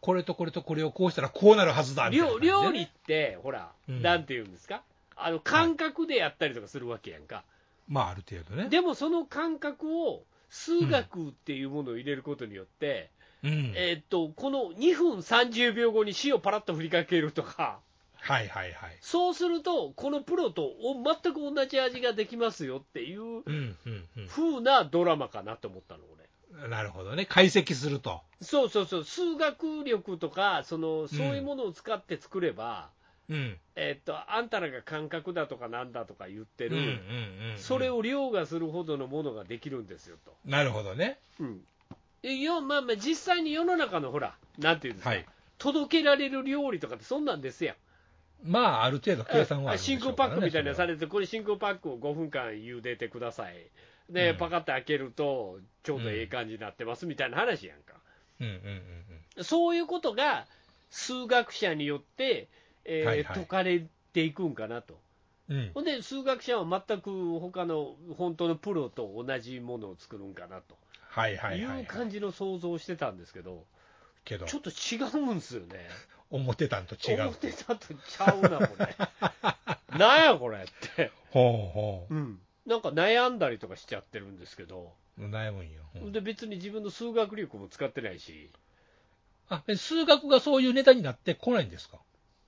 Speaker 3: これとこれとこれをこうしたらこうなるはずだみたい
Speaker 2: 料
Speaker 3: な感じでね、
Speaker 2: 料理って、ほら、
Speaker 3: うん
Speaker 2: なんていうんですか、あの感覚でやったりとかするわけやんか。
Speaker 3: まあある程度ね
Speaker 2: でもその感覚を数学っていうものを入れることによって、
Speaker 3: うん
Speaker 2: えーっと、この2分30秒後に塩パラッと振りかけるとか、
Speaker 3: はいはいはい
Speaker 2: そうすると、このプロとお全く同じ味ができますよっていう
Speaker 3: うんうん
Speaker 2: 風なドラマかなと思ったの、俺。
Speaker 3: うんなるほどね解析すると
Speaker 2: そうそうそう、数学力とか、そのそういうものを使って作れば、
Speaker 3: うん
Speaker 2: えっと、あんたらが感覚だとかなんだとか言って
Speaker 3: うん
Speaker 2: る、
Speaker 3: うんうんうん
Speaker 2: それを凌駕するほどのものができるんですよと。
Speaker 3: なるほどね
Speaker 2: いやまあまあ、実際に世の中のほら、なんていうんですか、
Speaker 3: はい
Speaker 2: 届けられる料理とかって、そんなんですやん。
Speaker 3: まあある程度計算はあるんでし
Speaker 2: 真空
Speaker 3: ょう
Speaker 2: パ
Speaker 3: から
Speaker 2: ッ
Speaker 3: ね
Speaker 2: クみたいなのさ
Speaker 3: れ
Speaker 2: れて、これ真空パックを5分間茹でてください。で、
Speaker 3: うん
Speaker 2: パカッて開けると、ちょうどええ感じになってますみたいな話やんか。
Speaker 3: うんうんうんうん
Speaker 2: そういうことが、数学者によって、えー
Speaker 3: はいはい
Speaker 2: 解かれていくんかなと。
Speaker 3: うん。
Speaker 2: ほんで、数学者は全く他の本当のプロと同じものを作るんかなと
Speaker 3: はいはい
Speaker 2: い
Speaker 3: はい、は
Speaker 2: う
Speaker 3: い。
Speaker 2: 感じの想像をしてたんですけど、
Speaker 3: けど
Speaker 2: ち、ょっと違うんですよね。
Speaker 3: 思ってたんと違
Speaker 2: 思
Speaker 3: う
Speaker 2: っ。てたとちゃうな、これ。 なんやこれって。
Speaker 3: ほうほ
Speaker 2: うん。なんか悩んだりとかしちゃってるんですけど、
Speaker 3: う。悩むんよ。うん
Speaker 2: で別に自分の数学力も使ってないし、
Speaker 3: あ、え数学がそういうネタになってこないんですか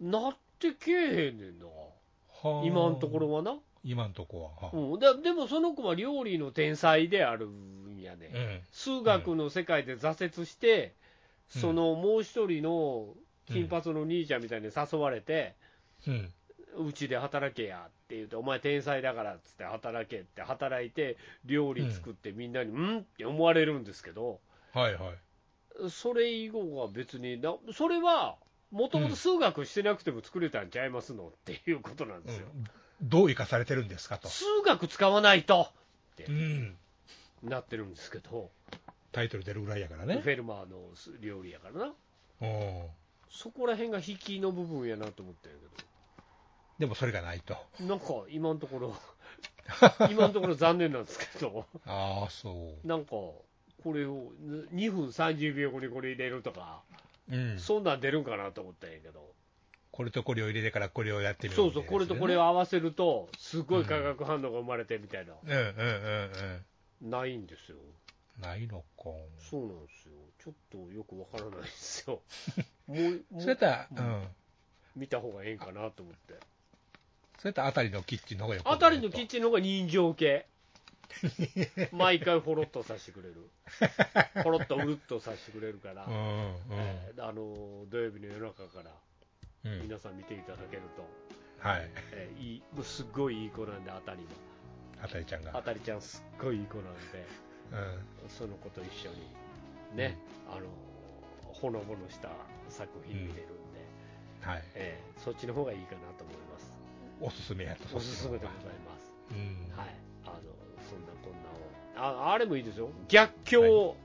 Speaker 2: なってけえへんねんな、
Speaker 3: はあ
Speaker 2: 今のところ。はな。
Speaker 3: 今のところは。はあ
Speaker 2: うん、だでもその子は料理の天才であるんやね、
Speaker 3: うん。
Speaker 2: 数学の世界で挫折して、
Speaker 3: うん
Speaker 2: そのもう一人の金髪の兄ちゃんみたいに誘われて、
Speaker 3: うん。
Speaker 2: うちで働けやって言うて、お前天才だからっつって働けって働いて、料理作ってみんなに、うんって思われるんですけど、
Speaker 3: はいはい。
Speaker 2: それ以後は別にな、それは、もともと数学してなくても作れたんちゃいますのっていうことなん
Speaker 3: う
Speaker 2: ですよ。
Speaker 3: ん、どう生かされてるんですかと。
Speaker 2: 数学使わないと
Speaker 3: うん。
Speaker 2: なってるんですけど、
Speaker 3: タイトル出るぐらいやから
Speaker 2: フ
Speaker 3: ね。
Speaker 2: ェルマーの料理やからな、
Speaker 3: うん。
Speaker 2: そこら辺が引きの部分やなと思ったんやけ
Speaker 3: でもそれがない と。
Speaker 2: ど、なんか今のと ころ、今のところ残念なんですけど。
Speaker 3: ああ、そ
Speaker 2: なんか、これを2分30秒後にこれ入れるとか、
Speaker 3: う。うん。
Speaker 2: そんなん出るんかなと思ったんやけど、
Speaker 3: これとこれを入れてからこれをやってみよ
Speaker 2: そううそう、これとこれ
Speaker 3: を。
Speaker 2: を合わせると、すごい化学反応が生まれてみたいな、
Speaker 3: うんうんうん
Speaker 2: ないんですよ、
Speaker 3: うん。ないのか。
Speaker 2: そうなんですよ、ちょっとよくわからないです よ、もう、も
Speaker 3: それやっ
Speaker 2: う
Speaker 3: たら、うん。
Speaker 2: 見た方がええんかなと思って、
Speaker 3: それやったらあたりのキッチンの方がよく
Speaker 2: あたりのキッ
Speaker 3: チ
Speaker 2: チンの方が人情 系。毎回ほろっとさしてくれる、ほろっとうるっとさしてくれるから、
Speaker 3: うん
Speaker 2: えーあの土曜日の夜中から
Speaker 3: うんうん。
Speaker 2: 皆さん見ていただけると、
Speaker 3: はい。
Speaker 2: えーいいもうすっごいいい子なんで、あたり
Speaker 3: あたりちゃん
Speaker 2: も、あ
Speaker 3: が。
Speaker 2: たりちゃん、すっごいいい子なんで、
Speaker 3: うん。
Speaker 2: その子と一緒にね、あのほのぼのした作品見れるんで、
Speaker 3: はい。
Speaker 2: えーそっちの方がいいかなと思います。
Speaker 3: おすすめやった
Speaker 2: おすすめでござい
Speaker 3: そっ
Speaker 2: ます。
Speaker 3: ちの方がう
Speaker 2: は
Speaker 3: ん。
Speaker 2: い、あのそんなこんなをあ、あれもいいですよ、逆境、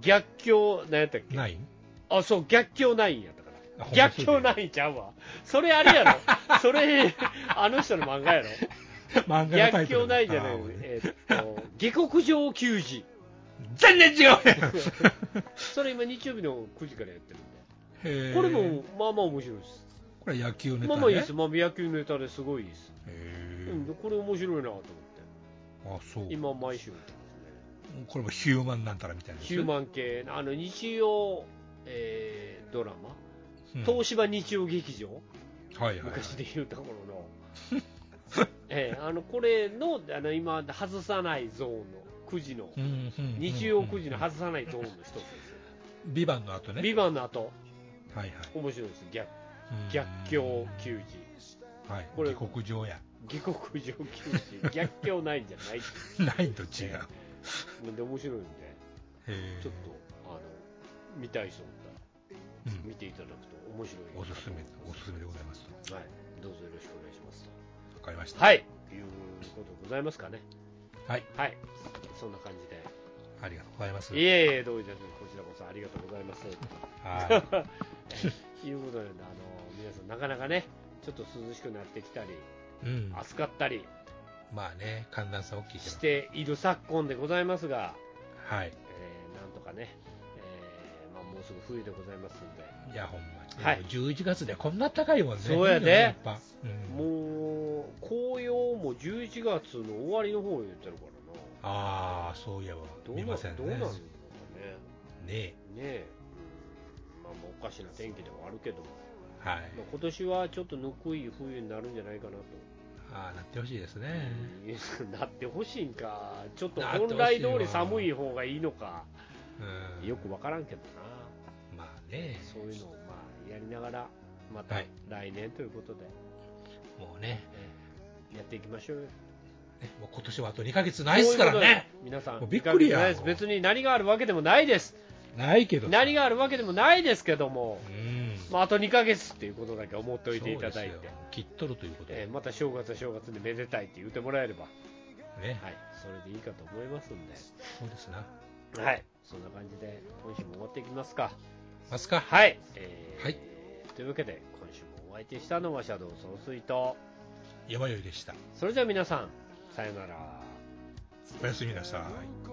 Speaker 2: 逆境、なんやったっけ、
Speaker 3: ない
Speaker 2: あそう、逆境ないんやったから。
Speaker 3: あほんま
Speaker 2: 逆境ないんちゃうわ。それあれやろ。それ、あの人の漫画やろ。
Speaker 3: 漫画のタ
Speaker 2: 逆
Speaker 3: イトル
Speaker 2: 境ないじゃない
Speaker 3: あー俺、
Speaker 2: えっと、下克上球児、
Speaker 3: 全然違う
Speaker 2: それ今、日曜日の9時からやってるんで、
Speaker 3: へー
Speaker 2: これもまあまあ面白いです、
Speaker 3: これ野球ネタ、ね、
Speaker 2: まあまあいいです、まあ、野球ネタですごいいいです、
Speaker 3: へ
Speaker 2: う
Speaker 3: ー
Speaker 2: ん、これ面白いなと思っ
Speaker 3: あそう
Speaker 2: て、今、毎週見てま
Speaker 3: これもヒューマンなんたらみたいな
Speaker 2: すね、ヒュー
Speaker 3: ン、
Speaker 2: マン系、あの日曜、えードラマ、
Speaker 3: うん
Speaker 2: 東芝日曜劇場、
Speaker 3: はいはいはい、
Speaker 2: 昔でいうところの、えーあの これのあの今、外さないゾーンの、9時の
Speaker 3: う、んうんうん
Speaker 2: 日曜9時の外さないゾーンの一つですよ。
Speaker 3: ビバンの後ね
Speaker 2: ビバンの後
Speaker 3: はいはい
Speaker 2: 面白いです逆
Speaker 3: うん
Speaker 2: 逆境球児
Speaker 3: はい
Speaker 2: これ
Speaker 3: 下克上や
Speaker 2: 下克上球児逆境ないんじゃないって
Speaker 3: ないと違う、
Speaker 2: なんで面白いんで
Speaker 3: へー
Speaker 2: ちょっとあの見たい人おったら
Speaker 3: うん
Speaker 2: 見ていただくと面白い
Speaker 3: おすすめおすすめでございますわ
Speaker 2: はいどうぞよろしくお願いします
Speaker 3: かりまし
Speaker 2: と
Speaker 3: た、
Speaker 2: はいいいうことでございますかね
Speaker 3: はい、
Speaker 2: はいそんな感じで
Speaker 3: ありがとうございます
Speaker 2: いえいえどういたしましてこちらこそありがとうござい ます
Speaker 3: はい
Speaker 2: いうことであの皆さんなかなかねちょっと涼しくなってきたり
Speaker 3: い、うん、
Speaker 2: 暑かったり
Speaker 3: まあね寒暖差大きいけど
Speaker 2: している昨今でございますが、
Speaker 3: はい
Speaker 2: えーなんとかね、えーまあ、もうすぐ冬でございますんで、
Speaker 3: いやほんま、
Speaker 2: はい
Speaker 3: でも11月でこんな高いもんね
Speaker 2: そうやで
Speaker 3: いいよねやっぱ、うん
Speaker 2: もう紅葉も11月の終わりの方を言ってるからな、
Speaker 3: ああそういえば
Speaker 2: どう
Speaker 3: 見
Speaker 2: な
Speaker 3: ま
Speaker 2: ど
Speaker 3: せん
Speaker 2: うな
Speaker 3: ね
Speaker 2: ん
Speaker 3: ね
Speaker 2: のかね、
Speaker 3: え
Speaker 2: ねえ、うんまあ、もうおかしな天気ではあるけど、ま
Speaker 3: はい
Speaker 2: あ、今年はちょっとぬくい冬になるんじゃないかなと。
Speaker 3: ああなってほしいですね
Speaker 2: なってほしいんか、ちょっと
Speaker 3: なってほしい
Speaker 2: 本
Speaker 3: わ
Speaker 2: 来通り寒い方がいいのか、
Speaker 3: うん
Speaker 2: よく分からんけどな。
Speaker 3: まあね
Speaker 2: そういうのをまあやりながら、また
Speaker 3: はい
Speaker 2: 来年ということで、
Speaker 3: もうね
Speaker 2: えーやっていきましょうよ。
Speaker 3: ねもう今年はあと2ヶ月ないですから
Speaker 2: そういうこ
Speaker 3: ね
Speaker 2: とで。皆さ
Speaker 3: も
Speaker 2: ん、
Speaker 3: うびっくりや
Speaker 2: いかがです別に何があるわけでもないです。
Speaker 3: ないけどさ
Speaker 2: 何があるわけでもないですけども
Speaker 3: う、ん
Speaker 2: まあ、あと2ヶ月っていうことだけ思っておいてい
Speaker 3: そう
Speaker 2: た
Speaker 3: です
Speaker 2: だいて
Speaker 3: よ、切っとるということ
Speaker 2: え
Speaker 3: で
Speaker 2: ーまた正月は正月でめでたいって言ってもらえれば、
Speaker 3: ね
Speaker 2: はい、それでいいかと思いますんで、
Speaker 3: そうですな
Speaker 2: はい、そんな感じで今週も終わっていきますか。
Speaker 3: ますか
Speaker 2: はい、えー
Speaker 3: はい
Speaker 2: とというわけで今週もお相手したのはシャドウ総帥と
Speaker 3: 山よいでした。
Speaker 2: それじゃあ皆さんさよなら
Speaker 3: おやすみなさい。